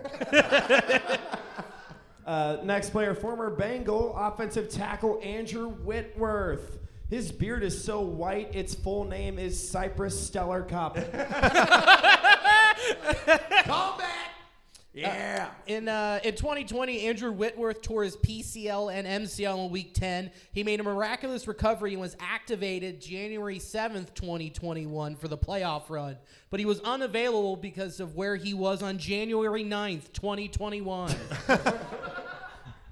Uh, next player, former Bengal offensive tackle Andrew Whitworth. His beard is so white, its full name is Cypress Stellar Cup.
Call back. Yeah. in uh, in 2020, Andrew Whitworth tore his PCL and MCL in Week 10. He made a miraculous recovery and was activated January 7th, 2021, for the playoff run. But he was unavailable because of where he was on January 9th, 2021.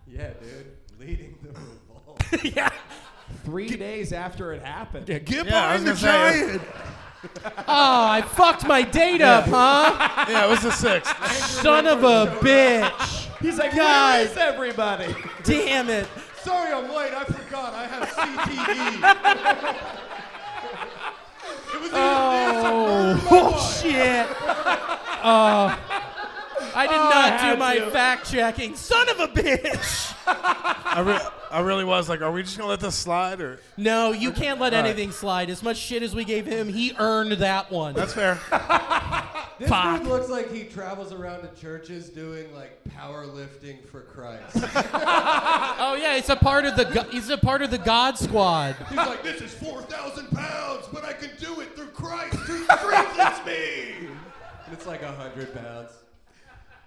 Yeah, dude. Leading the revolt.
yeah. Three days after it happened. Yeah,
get Yeah, I behind was the gonna say- giant.
oh, I fucked my date up, huh?
Yeah, it was the sixth.
Son of a bitch.
He's like, where
guys,
is everybody?
damn it.
Sorry, I'm late. I forgot. I have CTE. it was
Oh, oh shit. Uh, I did
Oh, I
not
had
do my
to.
fact checking. Son of a bitch.
I, re- I really was like, are we just gonna let this slide or?
No, you can't let
All right.
anything slide. As much shit as we gave him, he earned that one. That's
fair.
This dude looks like he travels around to churches doing like powerlifting for Christ.
oh yeah, he's a part of the go- he's a part of the God Squad.
He's like, this is 4,000 pounds, but I can do it through Christ who strengthens me. And it's like 100 pounds.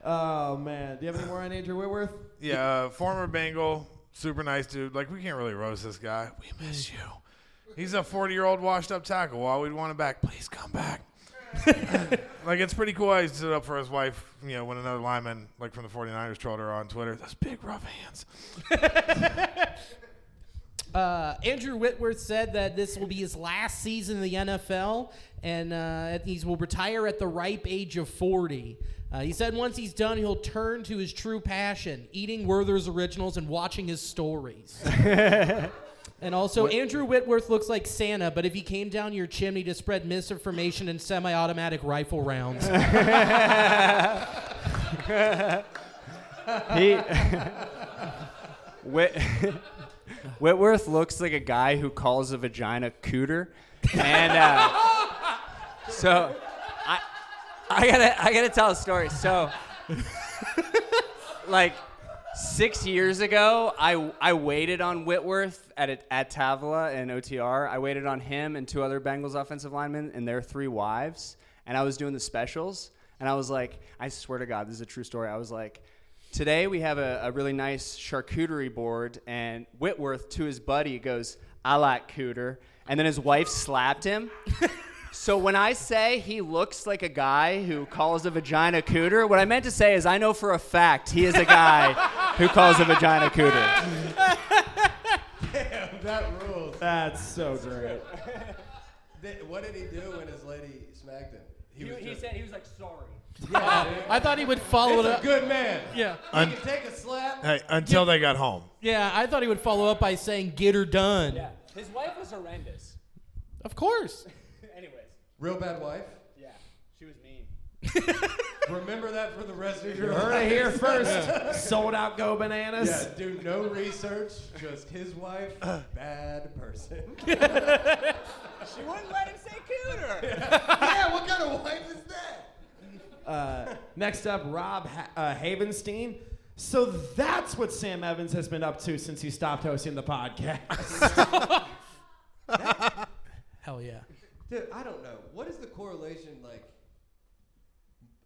Oh, man. Do you have any more on Andrew Whitworth?
Yeah, uh, former Bengal, super nice dude. Like we can't really roast this guy. We
Mm.
miss you. He's a 40 year old washed up tackle. Why we'd want him back? Please come back. like it's pretty cool. how He stood up for his wife. You know, when another lineman, like from the 49ers, trolled her on Twitter. Those big rough hands.
Uh, Andrew Whitworth said that this will be his last season in the NFL, and uh, he will retire at the ripe age of 40. Uh, he said once he's done, he'll turn to his true passion, eating Werther's originals and watching his stories. and also, Andrew Whitworth looks like Santa, but if he came down your chimney to spread misinformation and semi automatic rifle rounds.
he Whit- Whitworth looks like a guy who calls a vagina cooter, and uh, so I I gotta I gotta tell a story. So like six years ago, I I waited on Whitworth at a, at Tavola and OTR. I waited on him and two other Bengals offensive linemen and their three wives, and I was doing the specials. And I was like, I swear to God, this is a true story. I was like, today we have a, a really nice charcuterie board, and Whitworth to his buddy goes, I like cooter, and then his wife slapped him. So when I say he looks like a guy who calls a vagina cooter, what I meant to say is I know for a fact he is a guy who calls a vagina cooter.
Damn, that rules.
That's so great.
Th- what did he do when his lady smacked him?
He- he
just-
said- he was like, sorry.
Yeah, dude.
I thought he would follow
He's
it
a
up.
Good man.
Yeah.
He can take a slap.
Hey, until they got home.
yeah, I thought he would follow up by saying, Get her done.
Yeah. His wife was horrendous.
Of course.
Anyways.
Real bad wife.
Yeah. She was mean.
Remember that for the rest of your
You
life.
heard it here first. Sold out Go Bananas.
Yeah, do no research. Just his wife, bad person.
She wouldn't let him say cooter.
yeah, what kind of wife is that?
Uh, Next up, Rob ha- uh, Havenstein. So that's what Sam Evans has been up to since he stopped hosting the podcast.
Hell yeah.
Dude, I don't know. What is the correlation like?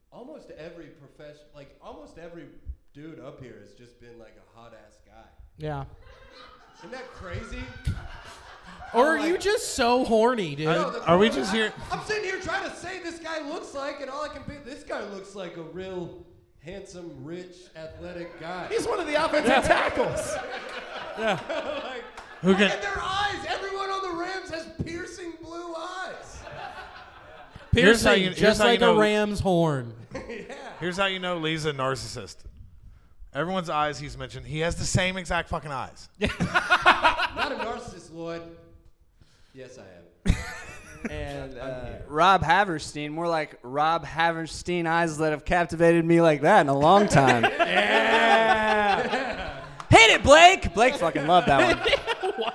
Almost every profession, like almost every dude up here has just been like a hot ass guy.
Yeah.
Isn't that crazy?
Or are you just so horny, dude?
No, the- I- I'm sitting here trying to say this guy looks like, and all I can be, this guy looks like a real handsome, rich, athletic guy.
He's one of the offensive tackles.
Yeah. like,
Who
look
can-
at their eyes. Everyone on the Rams has piercing blue eyes.
Here's how
Piercing,
you- here's
just
how you
like
know-
a ram's horn.
Here's how you know Lee's a narcissist. Everyone's eyes he's mentioned, he has the same exact fucking eyes.
Not a narcissist, Lloyd. Yes, I am.
And uh, Rob Haverstein, more like Rob Haverstein eyes that have captivated me like that in a long time. yeah. Hit it, Blake. Blake fucking loved that one.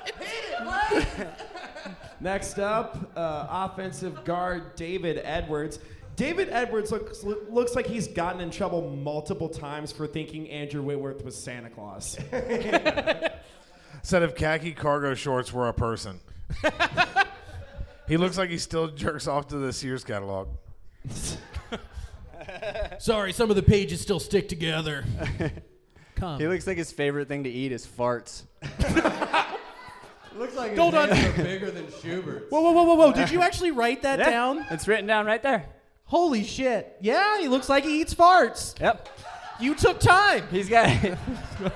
Next up, uh, offensive guard David Edwards. David Edwards looks looks like he's gotten in trouble multiple times for thinking Andrew Whitworth was Santa Claus.
Instead of khaki cargo shorts were a person. he looks like he still jerks off to the Sears catalog.
Sorry, some of the pages still stick together. Come.
He looks like his favorite thing to eat is farts.
Looks like
Don't
his
un-
hands are bigger than Schubert's.
Whoa, whoa, whoa, whoa, whoa! Did you actually write that
Yeah,
down?
It's written down right there.
Holy shit! Yeah, he looks like he eats farts.
Yep.
You took time.
He's got.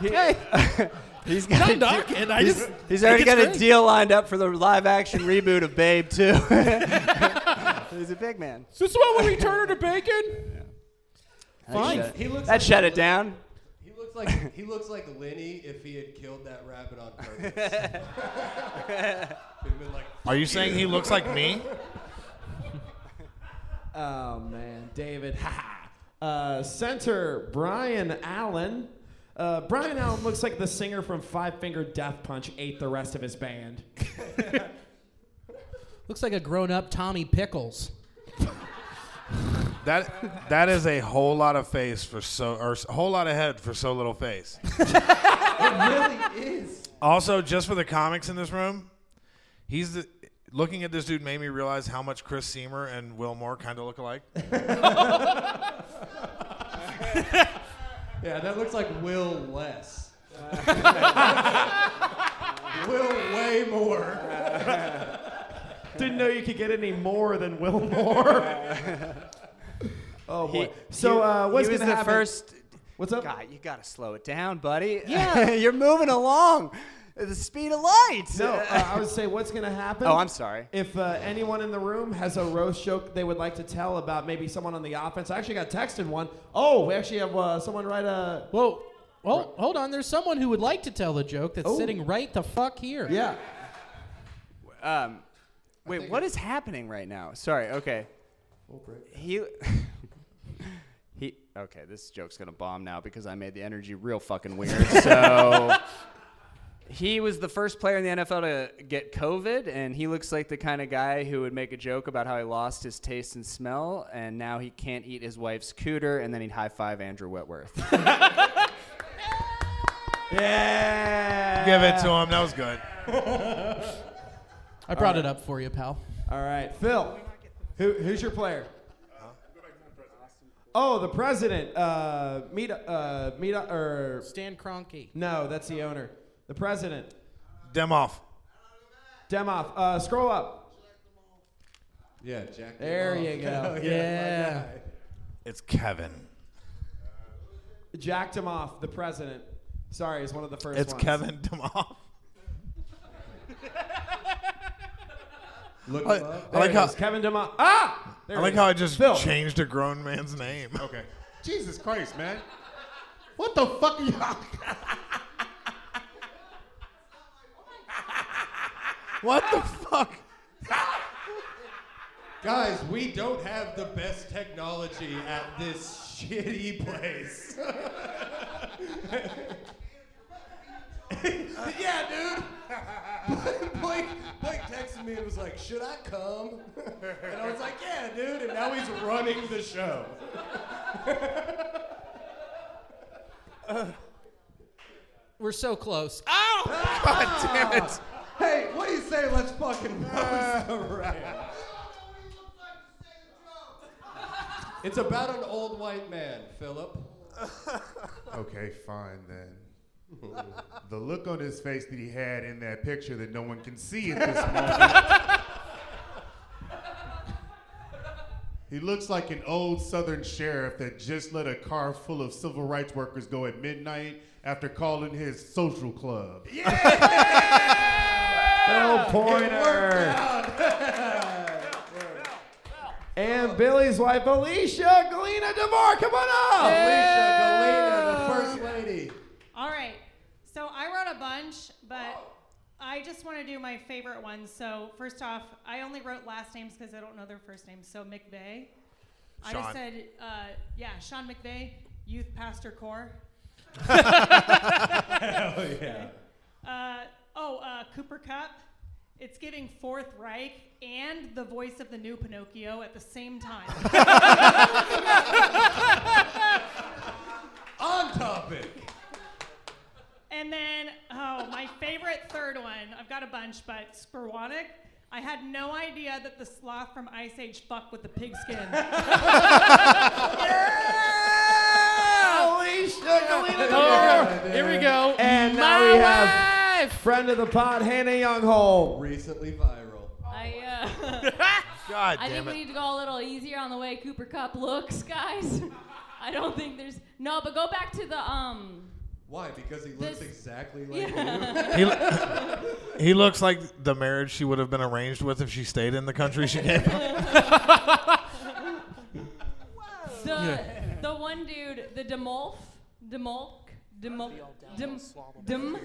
okay.
He's got.
Not
a
knocking,
deal-
I
he's,
just-
he's
I
already
think
got
it's
a
great.
deal lined up for the live action reboot of Babe too. he's a big man.
So this is what we turn her to bacon.
That shut-
He looks
that
like
shut
a
it down.
He looks like he looks like Lenny if he had killed that rabbit on purpose. He'd been like,
Are you saying he looks like me?
Oh man, David. Ha ha. Uh, center Brian Allen. Uh, Brian Allen looks like the singer from Five Finger Death Punch ate the rest of his band.
Looks like a grown-up Tommy Pickles.
That that is a whole lot of face for so or s- a whole lot of head for so little face.
it really is.
Also, just for the comics in this room, he's the, looking at this dude made me realize how much Chris Seymour and Will Moore kind of look alike.
Yeah, that looks like Will less. Will way more.
Didn't know you could get any more than Wilmore. oh boy. so
You-
uh, what's
he was
gonna
the
happen?
first?
What's up?
God, you gotta slow it down, buddy.
Yeah.
you're moving along at the speed of light.
No, uh, I would say what's going to happen.
Oh, I'm sorry.
If uh, anyone in the room has a roast joke they would like to tell about maybe someone on the offense, I actually got texted one. Oh, we actually have uh, someone write a.
Whoa. Well, hold on. There's someone who would like to tell the joke that's
Oh.
sitting right the fuck here.
Yeah.
Um, wait, what is happening right now? Sorry. Okay. He. he. Okay, this joke's gonna bomb now because I made the energy real fucking weird. so. He was the first player in the NFL to get COVID, and he looks like the kind of guy who would make a joke about how he lost his taste and smell, and now he can't eat his wife's cooter, and then he'd high five Andrew Whitworth.
Yeah.
Give it to him. That was good.
I brought it up for you, pal.
All right, Phil. Who, who's your player? Oh, the president. Uh, meet. Uh, meet. Or
Stan Kroenke.
no, that's the owner. The president.
Demoff.
Demoff. Uh, scroll up.
Yeah, Jack.
There
Demoff.
you go.
Hell
Yeah.
my guy.
It's Kevin.
Jack Demoff, the president. Sorry, is one of the first.
It's
ones.
Kevin Demoff.
Look
I,
him up.
I like
There it
how
is, Kevin Demoff. Ah! There
I
it
like
is.
how I just
Phil.
changed a grown man's name. Okay.
Jesus Christ, man. What the fuck are you?
What the fuck?
Guys, we don't have the best technology at this shitty place. yeah, dude. Blake, Blake texted me and was like, "Should I come?" And I was like, "Yeah, dude." And now he's running the show.
We're so close.
Ah!
Oh!
God damn it! Hey, what do you say? Let's fucking roast the rat. It's about an old white man, Philip.
Okay, fine then. the look on his face that he had in that picture that no one can see at this moment. he looks like an old southern sheriff that just let a car full of civil rights workers go at midnight after calling his social club.
Bill Pointer. And Billy's wife, Alicia Galena DeVar. Come on up.
Alicia Galena, the first lady.
All right. So I wrote a bunch, but I just want to do my favorite ones. So first off, I only wrote last names because I don't know their first names. So McVeigh. I just
Sean.
said, uh, yeah, Sean McVeigh, youth pastor corps.
Hell yeah.
Uh, oh, uh, Cooper Cup. It's giving Fourth Reich and the voice of the new Pinocchio at the same time.
On topic.
And then, oh, my favorite third one. I've got a bunch, but Sperwanic. I had no idea that the sloth from Ice Age fucked with the pigskin.
Alicia Galena
Yeah,
DeVar.
dude. Here we go.
And now
My
we have friend of the pod, Hannah Youngholm.
Recently viral.
I, uh,
God
I
damn
think we
it.
need to go a little easier on the way Cooper Cup looks, guys. I don't think there's no, but go back to the um.
Why? Because he looks exactly like
Yeah.
He, lo- he looks like the marriage she would have been arranged with if she stayed in the country she came from.
The
Yeah.
the one dude, the Demolf, Demolk, Demolk, Dem, Dem.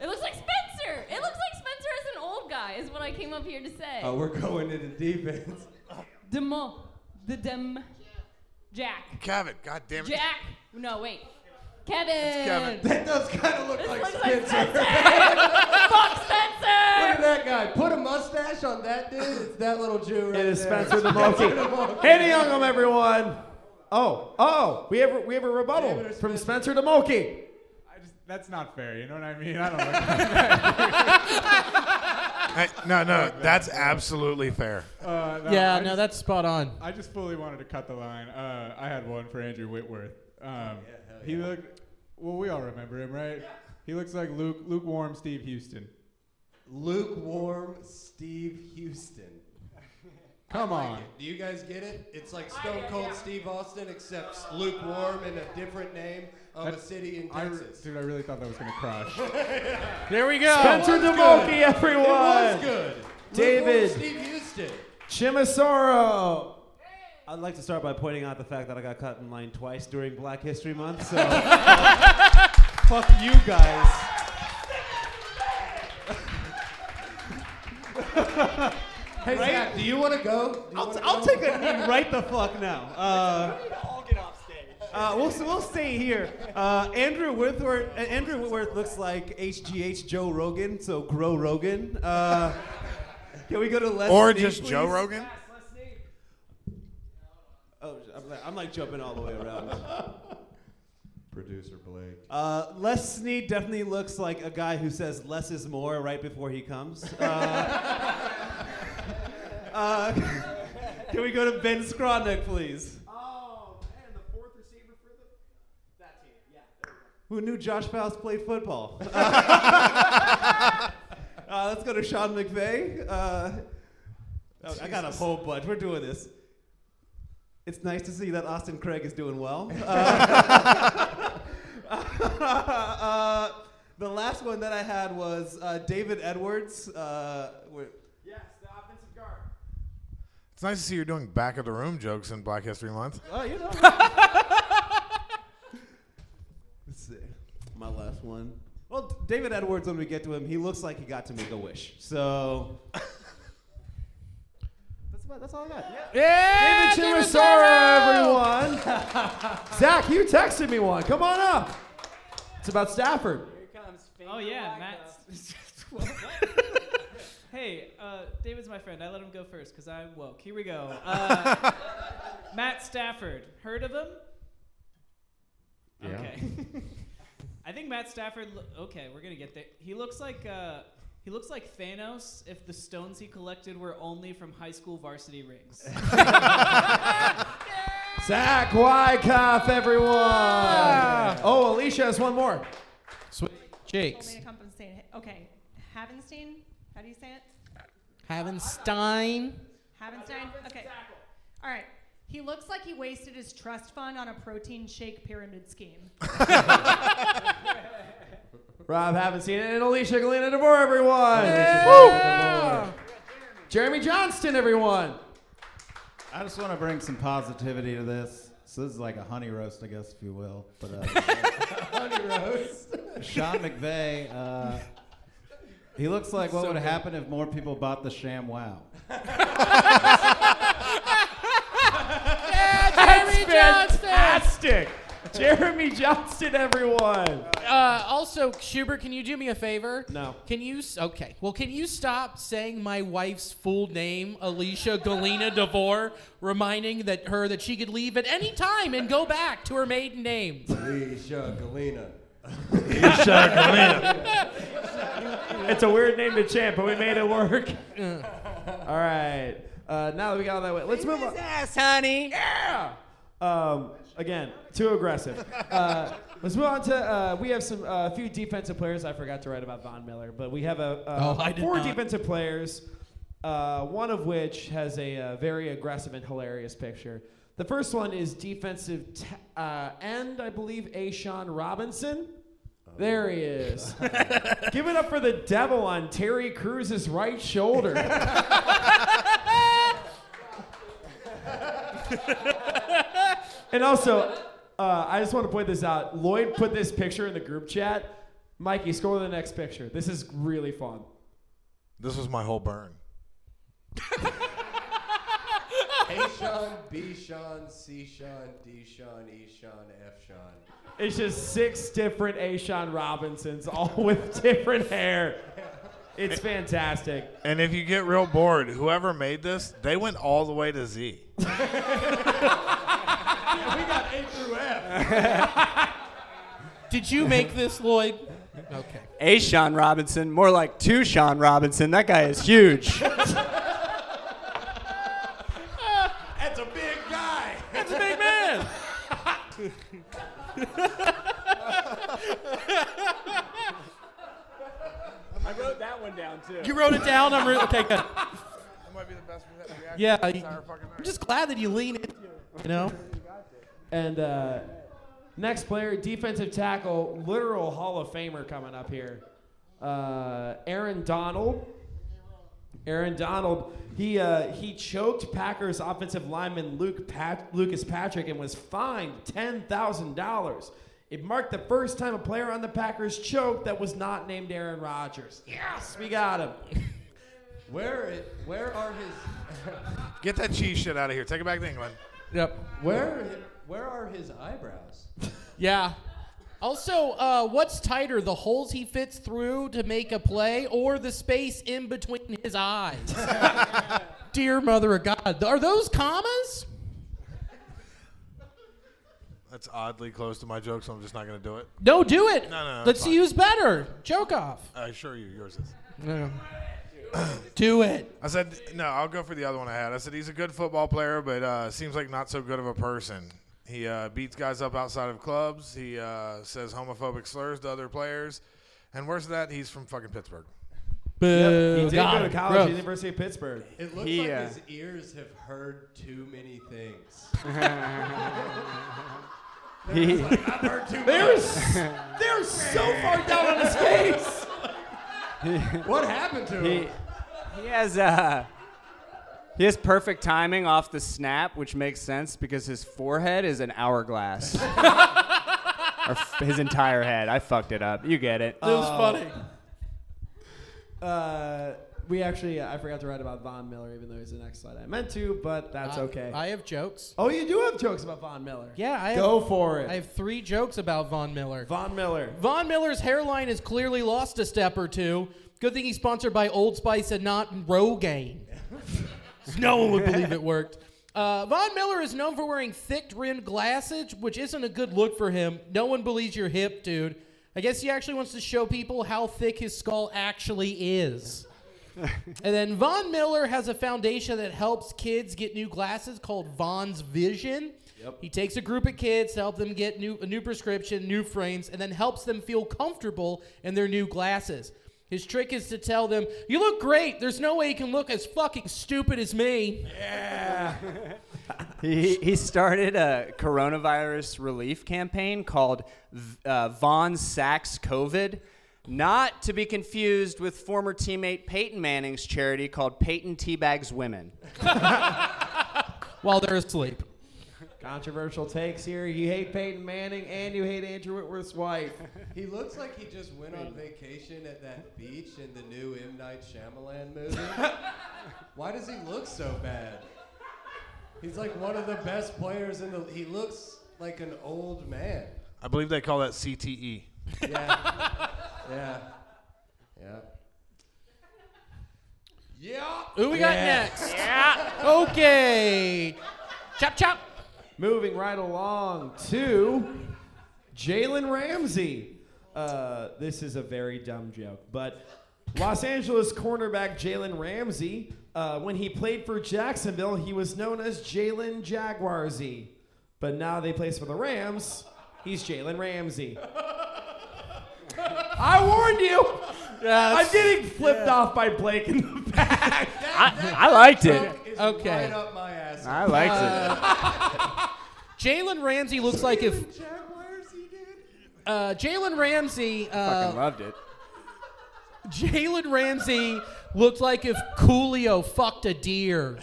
It looks like Spencer. It looks like Spencer as an old guy. Is what I came up here to say.
Oh.
you. Uh, we're going into defense.
Demo, the Dem, Jack.
Kevin, God damn it.
Jack. No, wait. Kevin.
Kevin. That
does kind of look
like
Spencer.
Fuck Spencer.
Look at that guy. Put a mustache on that dude. It's that little Jew right
It is
there.
Spencer the Multi.
Spencer the Mulkey.
Hannah Youngholm, everyone. Oh, oh, we have a, we have a rebuttal from Spencer the Mulkey.
That's not fair. You know what I mean? I don't look like
Hey, no, no, that's absolutely fair.
Uh,
Yeah,
I
no, that's spot on.
I just fully wanted to cut the line. Uh, I had one for Andrew Whitworth.
Oh,
Um, he looked. Well, we all remember him, right? He looks like Luke, lukewarm Steve Houston.
Lukewarm Steve Houston.
Come
I like
on.
it. Do you guys get it? It's like Stone Cold Steve Austin, except lukewarm and a different name of a
That-
city in
I re-
Texas.
dude, I really thought that was gonna crash.
There we
go.
Spencer
It was
DeMolke,
good.
everyone.
It was good.
David.
Lukewarm Steve Houston.
Chimisoro. I'd like to start by pointing out the fact that I got cut in line twice during Black History Month, so fuck you guys.
Hey, Zach, do you want to go?
I'll, I'll take a knee right the fuck now. Uh, uh, we'll, so we'll stay here. Uh, Andrew Whitworth. uh, Andrew Whitworth looks like HGH Joe Rogan, so grow Rogan. Uh, can we go to Les?
Or
Snead,
just Joe
please?
Rogan?
Oh, I'm like, I'm like jumping all the way around.
Producer Blake.
Uh, Les Snead definitely looks like a guy who says less is more right before he comes. Uh, uh, can we go to Ben Skronnick, please? Who knew Josh Faust played football? uh, let's go to Sean McVay. Uh, oh, I got a
Jesus.
whole bunch. We're doing this. It's nice to see that Austin Craig is doing well. Uh, uh, the last one that I had was uh, David Edwards. Uh, yes, the offensive guard.
It's nice to see you're doing back of the room jokes in Black History Month.
Oh, you know. Let's see. My last one. Well, D- David Edwards, when we get to him, he looks like he got to make a wish. So. that's, about, that's all I got.
Yeah, David
David
Chimisoro, everyone. Zach, you texted me one. Come on up. It's about Stafford.
Oh yeah, Matt.
Hey, uh, David's my friend. I let him go first because I'm woke. Here we go. Uh, Matt Stafford. Heard of him?
Yeah.
Okay. I think Matt Stafford. Lo- okay, we're gonna get there. He looks like uh, he looks like Thanos if the stones he collected were only from high school varsity rings.
Zach Wyckoff, everyone. Oh, Alicia has one more.
Sweet.
Told me to come from Stein- Okay, Havenstein. How do you say it?
Havenstein.
Havenstein. Okay. All right. He looks like he wasted his trust fund on a protein shake pyramid scheme.
Rob, haven't seen it. And Alicia Galena DeVore, everyone.
Yeah.
Woo! Jeremy Johnston, everyone.
I just want to bring some positivity to this. So this is like a honey roast, I guess, if you will. But uh, honey
roast.
Sean McVay. Uh, he looks like what
So
would
good.
happen if more people bought the Sham Wow.
Jeremy
That's
Johnston.
fantastic. Jeremy Johnston, everyone.
Uh, also, Schubert, can you do me a favor?
No.
Can you? s- Okay. Well, can you stop saying my wife's full name, Alicia Galena DeVore, reminding that her that she could leave at any time and go back to her maiden name?
Alicia Galena.
it's a weird name to chant, but we made it work. all right. Uh, now that we got all that way, let's move on.
ass, honey.
Yeah. Um, again, too aggressive. Uh, let's move on to. Uh, we have some a few defensive players. I forgot to write about Von Miller, but we have a uh,
Oh, I did
four
not.
defensive players. Uh, one of which has a uh, very aggressive and hilarious picture. The first one is defensive t- uh, end, I believe, A. Sean Robinson. There he is. Give it up for the devil on Terry Cruz's right shoulder. and also, uh, I just want to point this out. Lloyd put this picture in the group chat. Mikey, scroll to the next picture. This is really fun.
This was my whole burn.
A Sean, B Sean, C Sean, D Sean, E Sean, F Sean.
It's just six different Ashawn Robinsons, all with different hair. It's fantastic.
And if you get real bored, whoever made this, they went all the way to Z.
we got A through F.
Did you make this, Lloyd? Okay.
A Sean Robinson, more like two Sean Robinson. That guy is huge.
That's a big guy.
That's a big man.
I wrote that one down too.
You wrote it down. I'm re- okay. Good.
That might be the best reaction.
Yeah. I- I'm just glad that you lean into it. You know.
And uh, next player, defensive tackle, literal Hall of Famer coming up here. Uh, Aaron Donald. Aaron Donald. He uh, he choked Packers offensive lineman Luke Pat- Lucas Patrick and was fined ten thousand dollars. It marked the first time a player on the Packers choked that was not named Aaron Rodgers. Yes, we got him.
Where it, where are his
Get that cheese shit out of here. Take it back to England.
Yep.
where where are his eyebrows?
Yeah. Also, uh, what's tighter, the holes he fits through to make a play or the space in between his eyes? Dear Mother of God, are those commas?
That's oddly close to my joke, so I'm just not going to do it.
No, do it.
No, no, no.
Let's
it's
see who's better. Joke off.
fine. I assure you, yours is.
No. do it.
I said, no, I'll go for the other one I had. I said, he's a good football player, but uh, seems like not so good of a person. He uh, beats guys up outside of clubs. He uh, says homophobic slurs to other players. And worse than that, he's from fucking Pittsburgh.
Yep, he did
Oh, God,
go to college,
gross.
University of Pittsburgh.
It looks
He,
like
uh,
his ears have heard too many things.
He-
They're just like, I've heard too
They're
much."
s- they're so far down on his face.
What happened to
he,
him?
He has uh, he has perfect timing off the snap, which makes sense because his forehead is an hourglass. or f- his entire head. I fucked it up. You get it.
Oh. Uh, we actually, I forgot to write about Von Miller, even though he's the next slide I meant to, but that's
I-
okay.
I have jokes.
Oh, you do have jokes about Von Miller.
Yeah, I
go
have,
for it.
I have three jokes about Von Miller.
Von Miller.
Von Miller's hairline is clearly lost a step or two Good thing he's sponsored by Old Spice and not Rogaine. no one would believe it worked. Uh, Von Miller is known for wearing thick rimmed glasses, which isn't a good look for him. No one believes you're hip, dude. I guess he actually wants to show people how thick his skull actually is. and then Von Miller has a foundation that helps kids get new glasses called Von's Vision.
Yep.
He takes a group of kids to help them get new a new prescription, new frames, and then helps them feel comfortable in their new glasses. His trick is to tell them, "You look great. There's no way you can look as fucking stupid as me."
Yeah.
he, he started a coronavirus relief campaign called uh, Von Sachs COVID, not to be confused with former teammate Peyton Manning's charity called Peyton Teabags Women.
While they're asleep.
Controversial takes here. You hate Peyton Manning and you hate Andrew Whitworth's wife.
He looks like he just went on vacation at that beach in the new M. Night Shyamalan movie. Why does he look so bad? He's like one of the best players in the. He looks like an old man.
I believe they call that E. CTE.
Yeah. yeah. Yeah.
Yeah.
Who we got
Yeah.
next?
Yeah.
Okay. Chop chop.
Moving right along to Jalen Ramsey. Uh, this is a very dumb joke, but Los Angeles cornerback Jalen Ramsey, uh, when he played for Jacksonville, he was known as Jalen Jaguarzy. But now they plays for the Rams. He's Jalen Ramsey. I warned you. I'm getting flipped off by Blake in the back.
I liked it.
Okay.
I liked
it. Jalen Ramsey looks like if. Uh, Jalen Ramsey.
Fucking
Uh,
loved it.
Jalen Ramsey looked like if Coolio fucked a deer.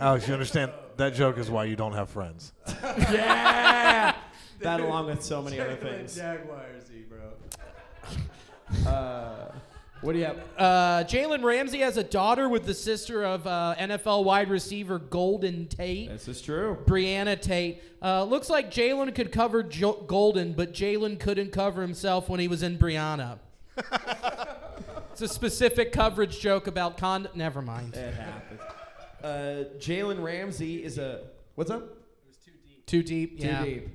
Alex, you understand that joke is why you don't have friends.
yeah. That along with so many other things.
Jaguarsy, bro.
Uh, what do you have?
Uh, Jalen Ramsey has a daughter with the sister of uh, NFL wide receiver Golden Tate.
This is true.
Brianna Tate. Uh, looks like Jalen could cover jo- Golden, but Jalen couldn't cover himself when he was in Brianna. it's a specific coverage joke about con. Never mind.
It happens. Uh, Jalen Ramsey is a what's up?
Too deep.
Too
yeah.
deep.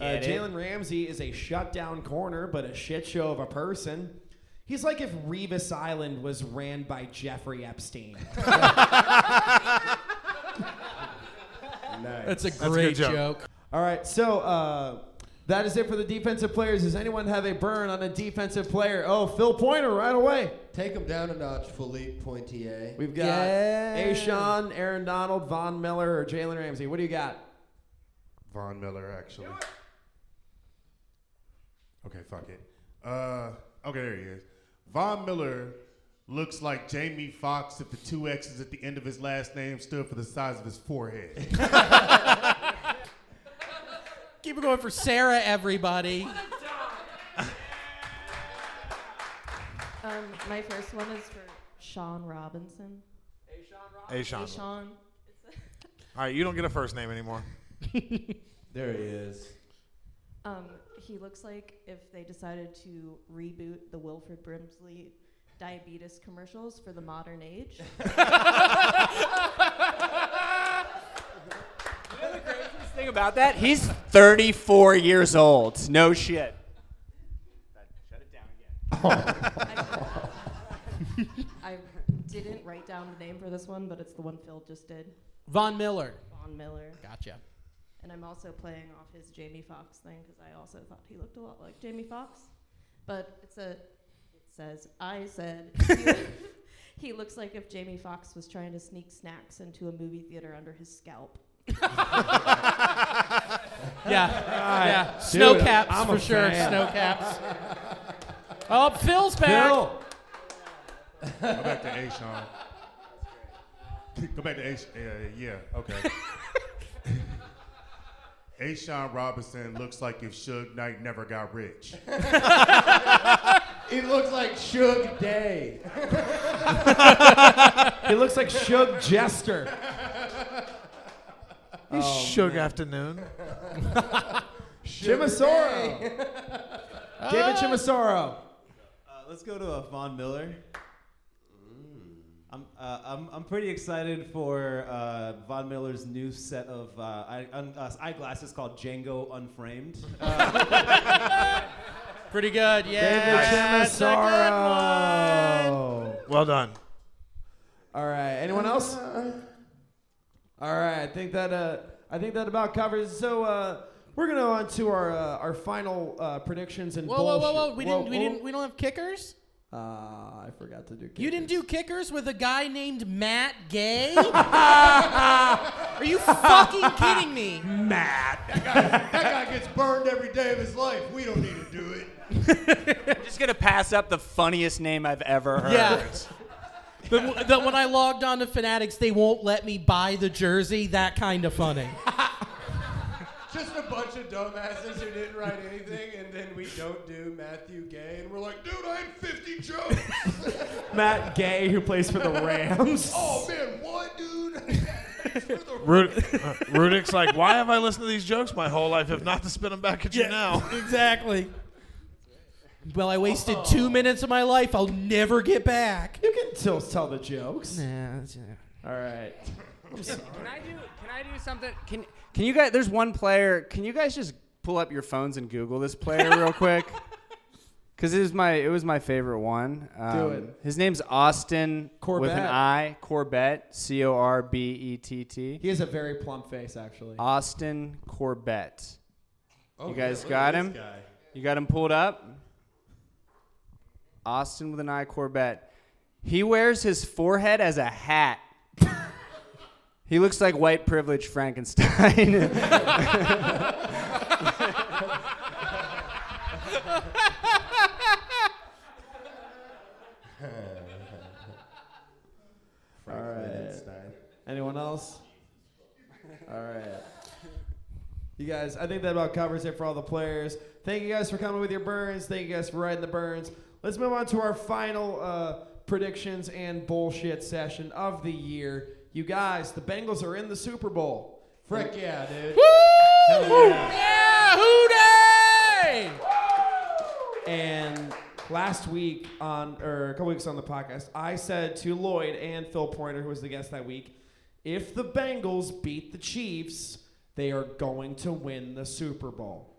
Uh,
Get it?
Jalen Ramsey is a shutdown corner, but a shit show of a person. He's like if Revis Island was ran by Jeffrey Epstein.
Nice.
That's a That's a good great joke. joke.
All right, so uh, that is it for the defensive players. Does anyone have a burn on a defensive player? Oh, Phil Pointer right away.
Take him down a notch, Philippe Pointier.
We've got Ashawn, Aaron Donald, Von Miller, or Jalen Ramsey. What do you got?
Von Miller, actually. Okay, fuck it. Uh, okay, there he is. Von Miller looks like Jamie Foxx if the two X's at the end of his last name stood for the size of his forehead.
Keep it going for Sarah, everybody.
Um, my first one is for Sean Robinson.
Hey, Sean.
Sean.
All right, you don't get a first name anymore.
there he is.
Um, he looks like if they decided to reboot the Wilfred Brimsley diabetes commercials for the modern age.
thing about that, he's 34 years old. No shit.
I didn't write down the name for this one, but it's the one Phil just did.
Von Miller.
Von Miller.
Gotcha.
And I'm also playing off his Jamie Foxx thing because I also thought he looked a lot like Jamie Foxx. But it's a, it says, I said, he looks like if Jamie Foxx was trying to sneak snacks into a movie theater under his scalp.
Yeah.
Alright.
Yeah.
Dude,
Snow caps
I'm
for
a
sure.
fan.
Snow caps. Oh, Phil's back.
Phil. Go back to A, Sean. Go back to A. Uh, yeah, okay. A. Sean Robinson looks like if Suge Knight never got rich.
He looks like Suge Day.
He looks like Shug Jester.
He's
Oh,
Shug
man.
Afternoon.
Chimasoro. David Chimasoro.
Ah. Uh, let's go to uh, Von Miller. I'm, uh, I'm, I'm pretty excited for uh, Von Miller's new set of uh, eye, un, uh, eyeglasses called Django Unframed. Uh,
Pretty good, yeah. That's a good
one. Well done.
All right. Anyone else? All right. I think that uh, I think that about covers. So uh, we're gonna on to our uh, our final uh, predictions and
Whoa, whoa,
bullshit.
whoa, whoa! We didn't, we didn't, we don't have kickers.
Uh, I forgot to do.
You didn't do kickers with a guy named Matt Gay? Are you fucking kidding me?
Matt.
That guy gets burned every day of his life. We don't need to do it.
I'm just gonna pass up the funniest name I've ever heard.
Yeah. But, w- but when I logged on to Fanatics, they won't let me buy the jersey. That kind of funny.
Just a bunch of dumbasses who didn't write anything, and then we don't do Matthew Gay, and we're like, dude, I had 50 jokes.
Matt Gay, who plays for the Rams.
oh man, what, dude?
Ru- uh, Rudick's like, why have I listened to these jokes my whole life if not to spit them back at you now?
Exactly. Well, I wasted two minutes of my life. I'll never get back.
You can still tell the jokes.
Nah,
All right.
Can I do? Can I do something? Can Can you guys? There's one player. Can you guys just pull up your phones and Google this player real quick? Because it was my it was my favorite one. Um,
Do it.
His name's Austin with an
Corbett.
I. Corbett. C O R B E T T.
He has a very plump face, actually.
Austin Corbett.
Oh,
you
yeah,
guys
look at
got
this
him?
guy.
You got him pulled up? Austin with an eye Corbett. He wears his forehead as a hat. he looks like white privilege Frankenstein.
All right. Anyone else? All right. You guys, I think that about covers it for all the players. Thank you guys for coming with your burns. Thank you guys for riding the burns. Let's move on to our final uh, predictions and bullshit session of the year. You guys, the Bengals are in the Super Bowl.
Frick yeah, dude.
Woo!
Yeah, hooday!
And last week on, or a couple weeks on the podcast, I said to Lloyd and Phil Pointer, who was the guest that week, if the Bengals beat the Chiefs, they are going to win the Super Bowl.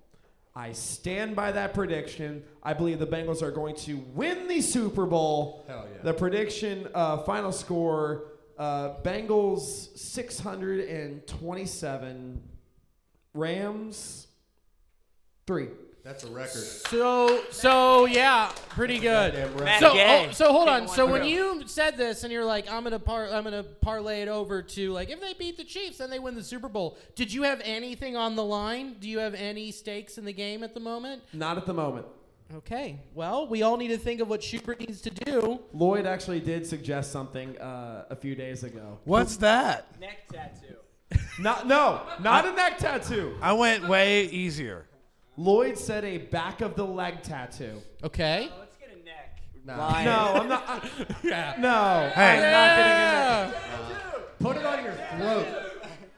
I stand by that prediction. I believe the Bengals are going to win the Super Bowl.
Hell yeah.
The prediction uh, final score uh, Bengals 627, Rams 3.
That's a record.
So, so yeah, pretty good.
Goddamn
right.
So,
Matt Gay.
oh, so hold on.
Take
So
one.
when
Okay.
you said this, and you're like, I'm gonna par, I'm gonna parlay it over to like, if they beat the Chiefs, then they win the Super Bowl. Did you have anything on the line? Do you have any stakes in the game at the moment?
Not at the moment.
Okay. Well, we all need to think of what Schubert needs to do.
Lloyd actually did suggest something uh, a few days ago.
What's that?
Neck tattoo.
Not no, not a neck tattoo.
I went way easier.
Lloyd said a back of the leg tattoo.
Okay.
Oh, No,
Lion.
I'm not. I,
yeah.
No,
Hey.
I'm
Yeah.
not getting a neck tattoo.
Put it on your throat.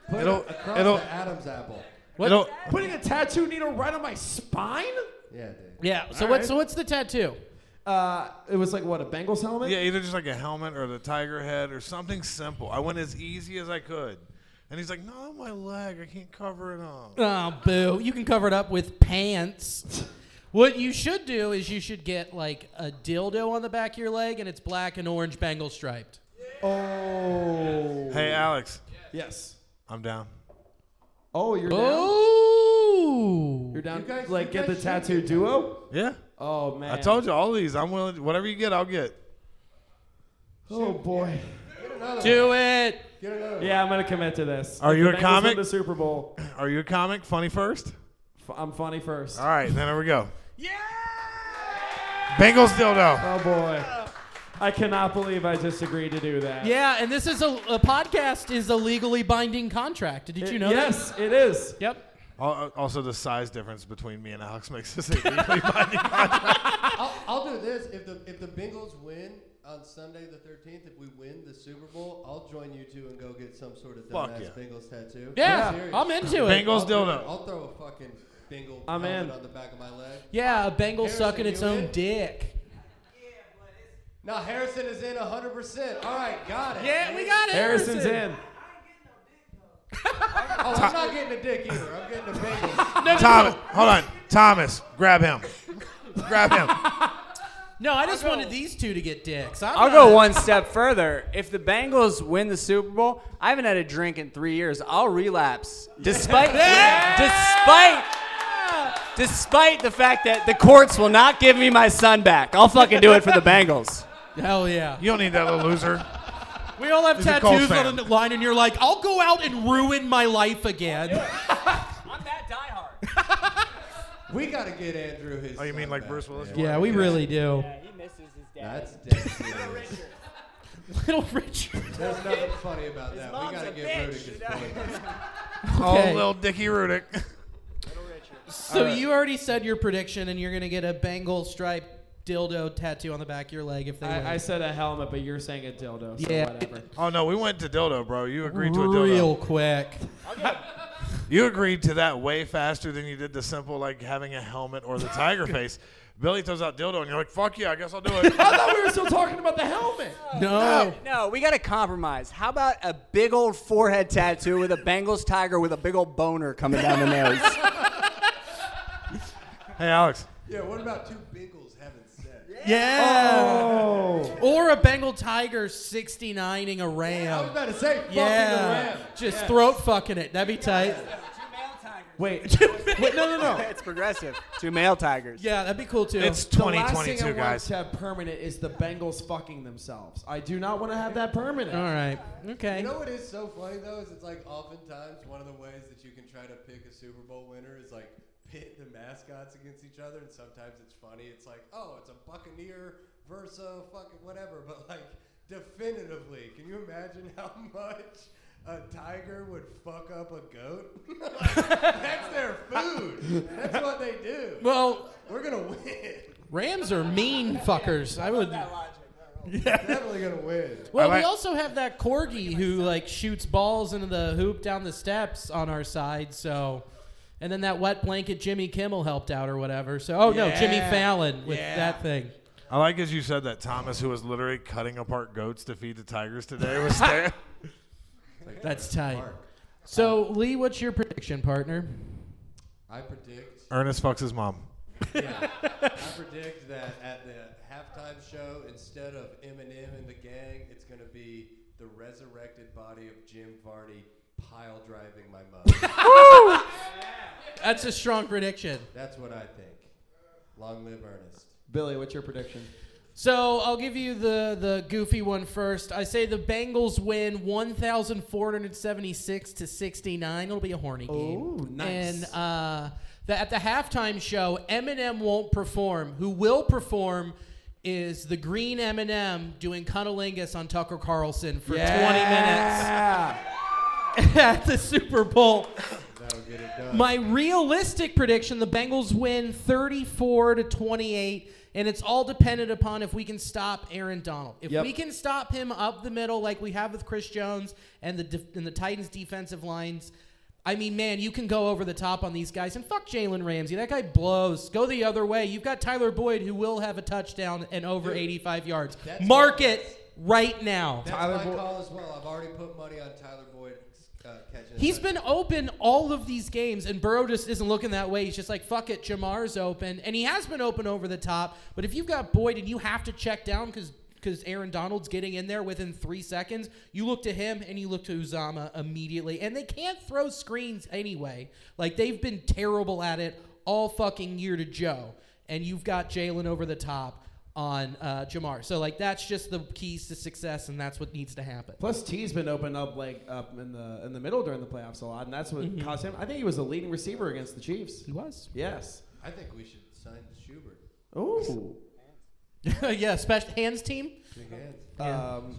Put
It'll-
it across
it'll-
the Adam's apple.
It'll-
Putting a tattoo needle right on my spine?
Yeah, dude.
Yeah. So
All
what's
right.
so what's the tattoo?
Uh, it was like what a Bengals helmet.
Yeah, either just like a helmet or the tiger head or something simple. I went as easy as I could. And he's like, no, my leg. I can't cover it up.
Oh, boo. You can cover it up with pants. What you should do is you should get like a dildo on the back of your leg and it's black and orange bangle striped.
Oh.
Hey, Alex.
Yes.
I'm down.
Oh, you're
down.
You're down.
You guys-
like
you
get the
guys should
tattoo
get
duo.
Yeah.
Oh man.
I told you all these. I'm willing. whatever you get, I'll get.
Oh boy.
Do it.
Yeah, I'm gonna commit to this.
Are
If
you
the
a
Bengals
comic?
win The Super Bowl.
Are you a comic? Funny first?
F- I'm funny first.
All right, then here we go. Yeah! Bengals dildo.
Oh boy. I cannot believe I just agreed to do that.
Yeah, and this is a, a podcast is a legally binding contract. Did you know
yes,
that?
it is.
Yep.
Al- uh, Also, the size difference between me and Alex makes this a legally binding contract.
I'll, I'll do this. If the if the Bengals win on Sunday the 13th, if we win the Super Bowl, I'll join you two and go get some sort of
Fuck
dumbass
yeah.
Bengals tattoo.
Yeah,
serious.
I'm into it. Bengals
I'll throw-
dildo.
I'll throw a fucking Bengal
I'm
helmet
in.
on the back of my leg.
Yeah, a bangle
Harrison,
sucking its
you
own
in?
dick.
No, Harrison is in 100%. All right, got it.
Yeah, we got it.
Harrison's in.
Oh, I'm not getting a dick either. I'm getting a bagel.
Thomas, hold on. Thomas, grab him. Grab him.
No, I just wanted these two to get dicks. I'm
I'll
not-
go one step further. If the Bengals win the Super Bowl, I haven't had a drink in three years. I'll relapse, despite despite despite the fact that the courts will not give me my son back. I'll fucking do it for the Bengals.
Hell yeah!
You don't need that little loser.
We all have
He's a Colts
tattoos
fan.
on the line, and you're like, I'll go out and ruin my life again.
We got to get Andrew his.
Oh, you mean like Bruce Willis?
Yeah, we really do.
he misses his dad. That's dead serious.
Little Richard.
There's nothing funny about that. we got to give Rudick his point.
Oh, little Dickie Rudick.
So
All right.
you already said your prediction, and you're gonna get a Bengal stripe dildo tattoo on the back of your leg if they. win.
I, I said a helmet, but you're saying a dildo. So
Yeah.
Whatever.
Oh no, we went to dildo, bro. You agreed to a dildo.
Real quick.
You agreed to that way faster than you did the simple like having a helmet or the tiger face. Billy throws out dildo and you're like, "Fuck yeah, I guess I'll do it."
I thought we were still talking about the helmet.
No. No, we got to compromise. How about a big old forehead tattoo with a Bengals tiger with a big old boner coming down the nose?
hey, Alex.
Yeah, what about two Bengals having sex?
Yeah.
Oh.
Or a Bengal tiger 69ing a ram. I was
about to say, fucking a
yeah.
ram.
Just
Yeah.
throat fucking it. That'd be tight.
Wait. Wait, no, no, no.
it's progressive. Two male tigers.
Yeah, that'd be cool too.
the last thing I want to have permanent is the Bengals fucking themselves. I do not want to have that permanent.
All right. Okay.
You know what is so funny though is it's like oftentimes one of the ways that you can try to pick a Super Bowl winner is like pit the mascots against each other, and sometimes it's funny. It's like, oh, it's a Buccaneer versus a fucking whatever, but like definitively, can you imagine how much a tiger would fuck up a goat? Like, that's their food. That's what they do.
Well-
we're gonna win.
Rams are mean fuckers. I would.
Definitely gonna win.
Well, we also have that corgi who like shoots balls into the hoop down the steps on our side. So, and then that wet blanket Jimmy Kimmel helped out or whatever. So, oh no, Jimmy
Yeah.
Fallon with
Yeah.
that thing.
I like as you said that Thomas, who was literally cutting apart goats to feed the tigers today, was there.
That's tight. So, Lee, what's your prediction, partner?
I predict.
Ernest fucks his mom.
Yeah. I predict that at the halftime show, instead of Eminem and the gang, it's going to be the resurrected body of Jim Varney pile driving my mother.
That's a strong prediction.
That's what I think. Long live Ernest.
Billy, what's your prediction?
So I'll give you the, the goofy one first. I say the Bengals win 1,476 to 69. It'll be a horny game.
Ooh, nice.
And uh, the, at the halftime show, Eminem won't perform. Who will perform is the green Eminem doing cunnilingus on Tucker Carlson for 20 minutes at the Super Bowl.
That'll get it done.
My realistic prediction: the Bengals win 34 to 28, and it's all dependent upon if we can stop Aaron Donald. If
Yep.
we can stop him up the middle, like we have with Chris Jones and the def- and the Titans' defensive lines. I mean, man, you can go over the top on these guys and fuck Jalen Ramsey. That guy blows. Go the other way. You've got Tyler Boyd, who will have a touchdown and over 85 yards. Mark it right now.
That's my call as well. I've already put money on Tyler Boyd uh, catching.
He's been open all of these games, and Burrow just isn't looking that way. He's just like, fuck it, Jamar's open. And he has been open over the top. But if you've got Boyd and you have to check down because Aaron Donald's getting in there within three seconds, you look to him and you look to Uzama immediately. And they can't throw screens anyway. Like, they've been terrible at it all fucking year to Joe. And you've got Jalen over the top on uh, Jamar. So, like, that's just the keys to success, and that's what needs to happen.
Plus, T's been opened up like up in the in the middle during the playoffs a lot, and that's what
Mhm.
caused him. I think he was the leading receiver against the Chiefs. He
was.
Yes.
I think we should sign Schubert.
Ooh.
yeah, special hands team.
Big hands.
Um,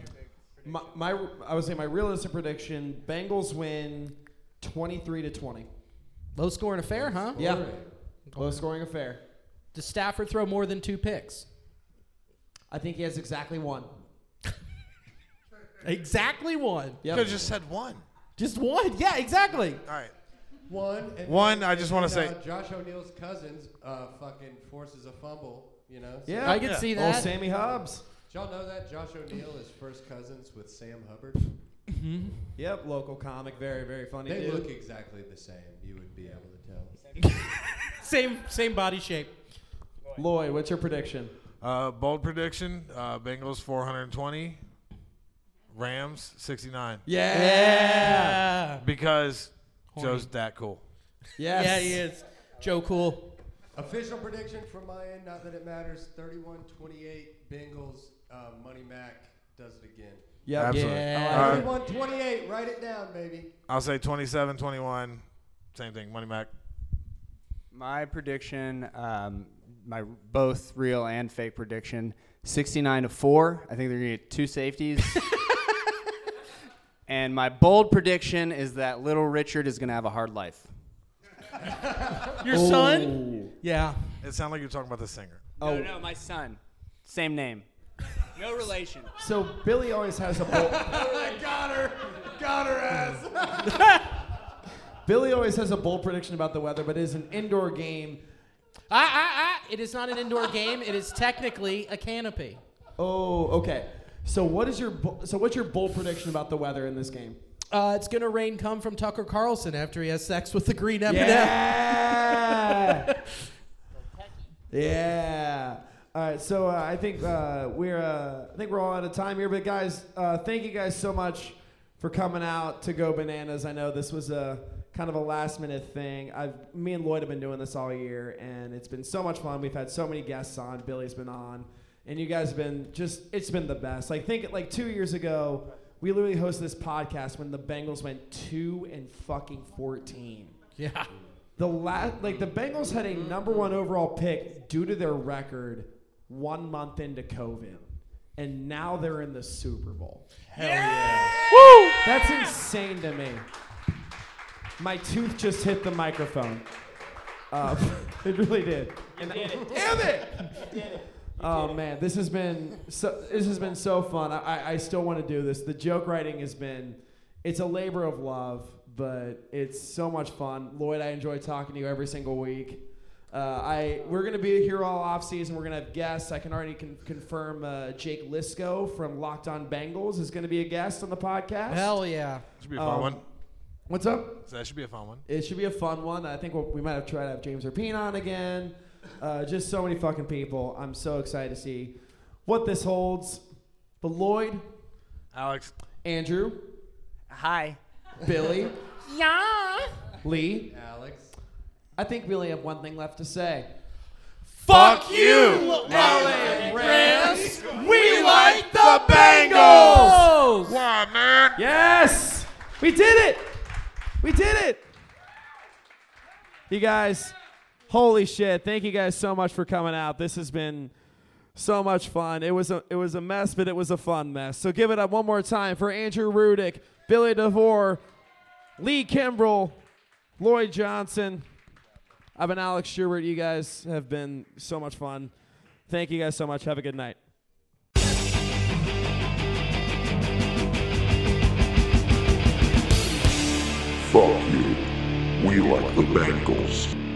my, my I would say my realistic prediction: Bengals win twenty three to twenty.
Low scoring affair, huh?
Yeah. Low scoring affair.
Does Stafford throw more than two picks?
I think he has exactly one.
Exactly one.
Yep.
Could have just said one.
Just one. Yeah, exactly.
All right.
One. And
One, I
and
just wanna
then,
say-
uh, Josh O'Neill's cousins uh, fucking forces a fumble. You know. so-
Yeah, Old Sammy Hobbs.
Did y'all know that Josh O'Neill is first cousins with Sam Hubbard?
Mm-hmm.
Yep, local comic, very very funny.
They
dude.
look exactly the same. You would be able to tell.
same same body shape.
Lloyd, what's your prediction?
Uh, bold prediction: uh, Bengals 420, Rams 69.
Yeah. Yeah.
Because
Horny.
Joe's that cool.
Yes. Yeah, he is. Joe Cool.
Official prediction from my end, not that it matters. 31-28 Bengals. Uh, Money Mac does it again.
Yep. Absolutely. Yeah.
31-28. Write it down, baby.
I'll say 27, 21. Same thing. Money Mac.
My prediction, um, my both real and fake prediction, 69 to 4. I think they're going to get two safeties. and my bold prediction is that little Richard is going to have a hard life.
Your son? Yeah.
It sounded like you were talking about the singer.
No, no, no, my son. Same name. No relation.
So Billy always has a bold.
Got her. Got her ass.
Billy always has a bold prediction about the weather, but it is an indoor game.
Ah, ah, ah. It is not an indoor game. It is technically a canopy.
Oh, okay. So what is your bo- so what's your bold prediction about the weather in this game?
Uh, it's gonna rain. Come from Tucker Carlson after he has sex with the green M&M.
Yeah. Yeah. All right. So uh, I think uh, we're uh, I think we're all out of time here, but guys, uh, thank you guys so much for coming out to go bananas. I know this was a kind of a last minute thing. I've me and Lloyd have been doing this all year, and it's been so much fun. We've had so many guests on. Billy's been on, and you guys have been just it's been the best. Like think like two years ago. We literally hosted this podcast when the Bengals went two and fucking fourteen.
Yeah.
The last, like the Bengals had a number one overall pick due to their record one month into COVID, and now they're in the Super Bowl. Hell yeah! Woo! That's insane to me. My tooth just hit the microphone. Uh, it really did. And
did it.
Damn it! Oh man, this has been so. This has been so fun. I, I- I still want to do this. The joke writing has been, it's a labor of love, but it's so much fun. Lloyd, I enjoy talking to you every single week. Uh, I we're gonna be here all off season. We're gonna have guests. I can already con- confirm uh, Jake Lisco from Locked On Bengals is gonna be a guest on the podcast.
Hell yeah!
Should be a fun
Um,
one.
What's up?
So that should be a fun one.
It should be a fun one. I think we'll, we might have tried to have James Erpine on again. Uh, just so many fucking people. I'm so excited to see what this holds. But Lloyd,
Alex,
Andrew,
hi,
Billy,
Yeah.
Lee,
Alex.
I think we only have one thing left to say.
Fuck you, LA Rams. We like the Bengals.
Why, man?
Yes, we did it. We did it. You guys, holy shit! Thank you guys so much for coming out. This has been so much fun. It was a it was a mess, but it was a fun mess. So give it up one more time for Andrew Rudick, Billy DeVore, Lee Kimbrell, Lloyd Johnson. I've been Alex Schubert. You guys have been so much fun. Thank you guys so much. Have a good night.
Fuck you. We like the Bengals.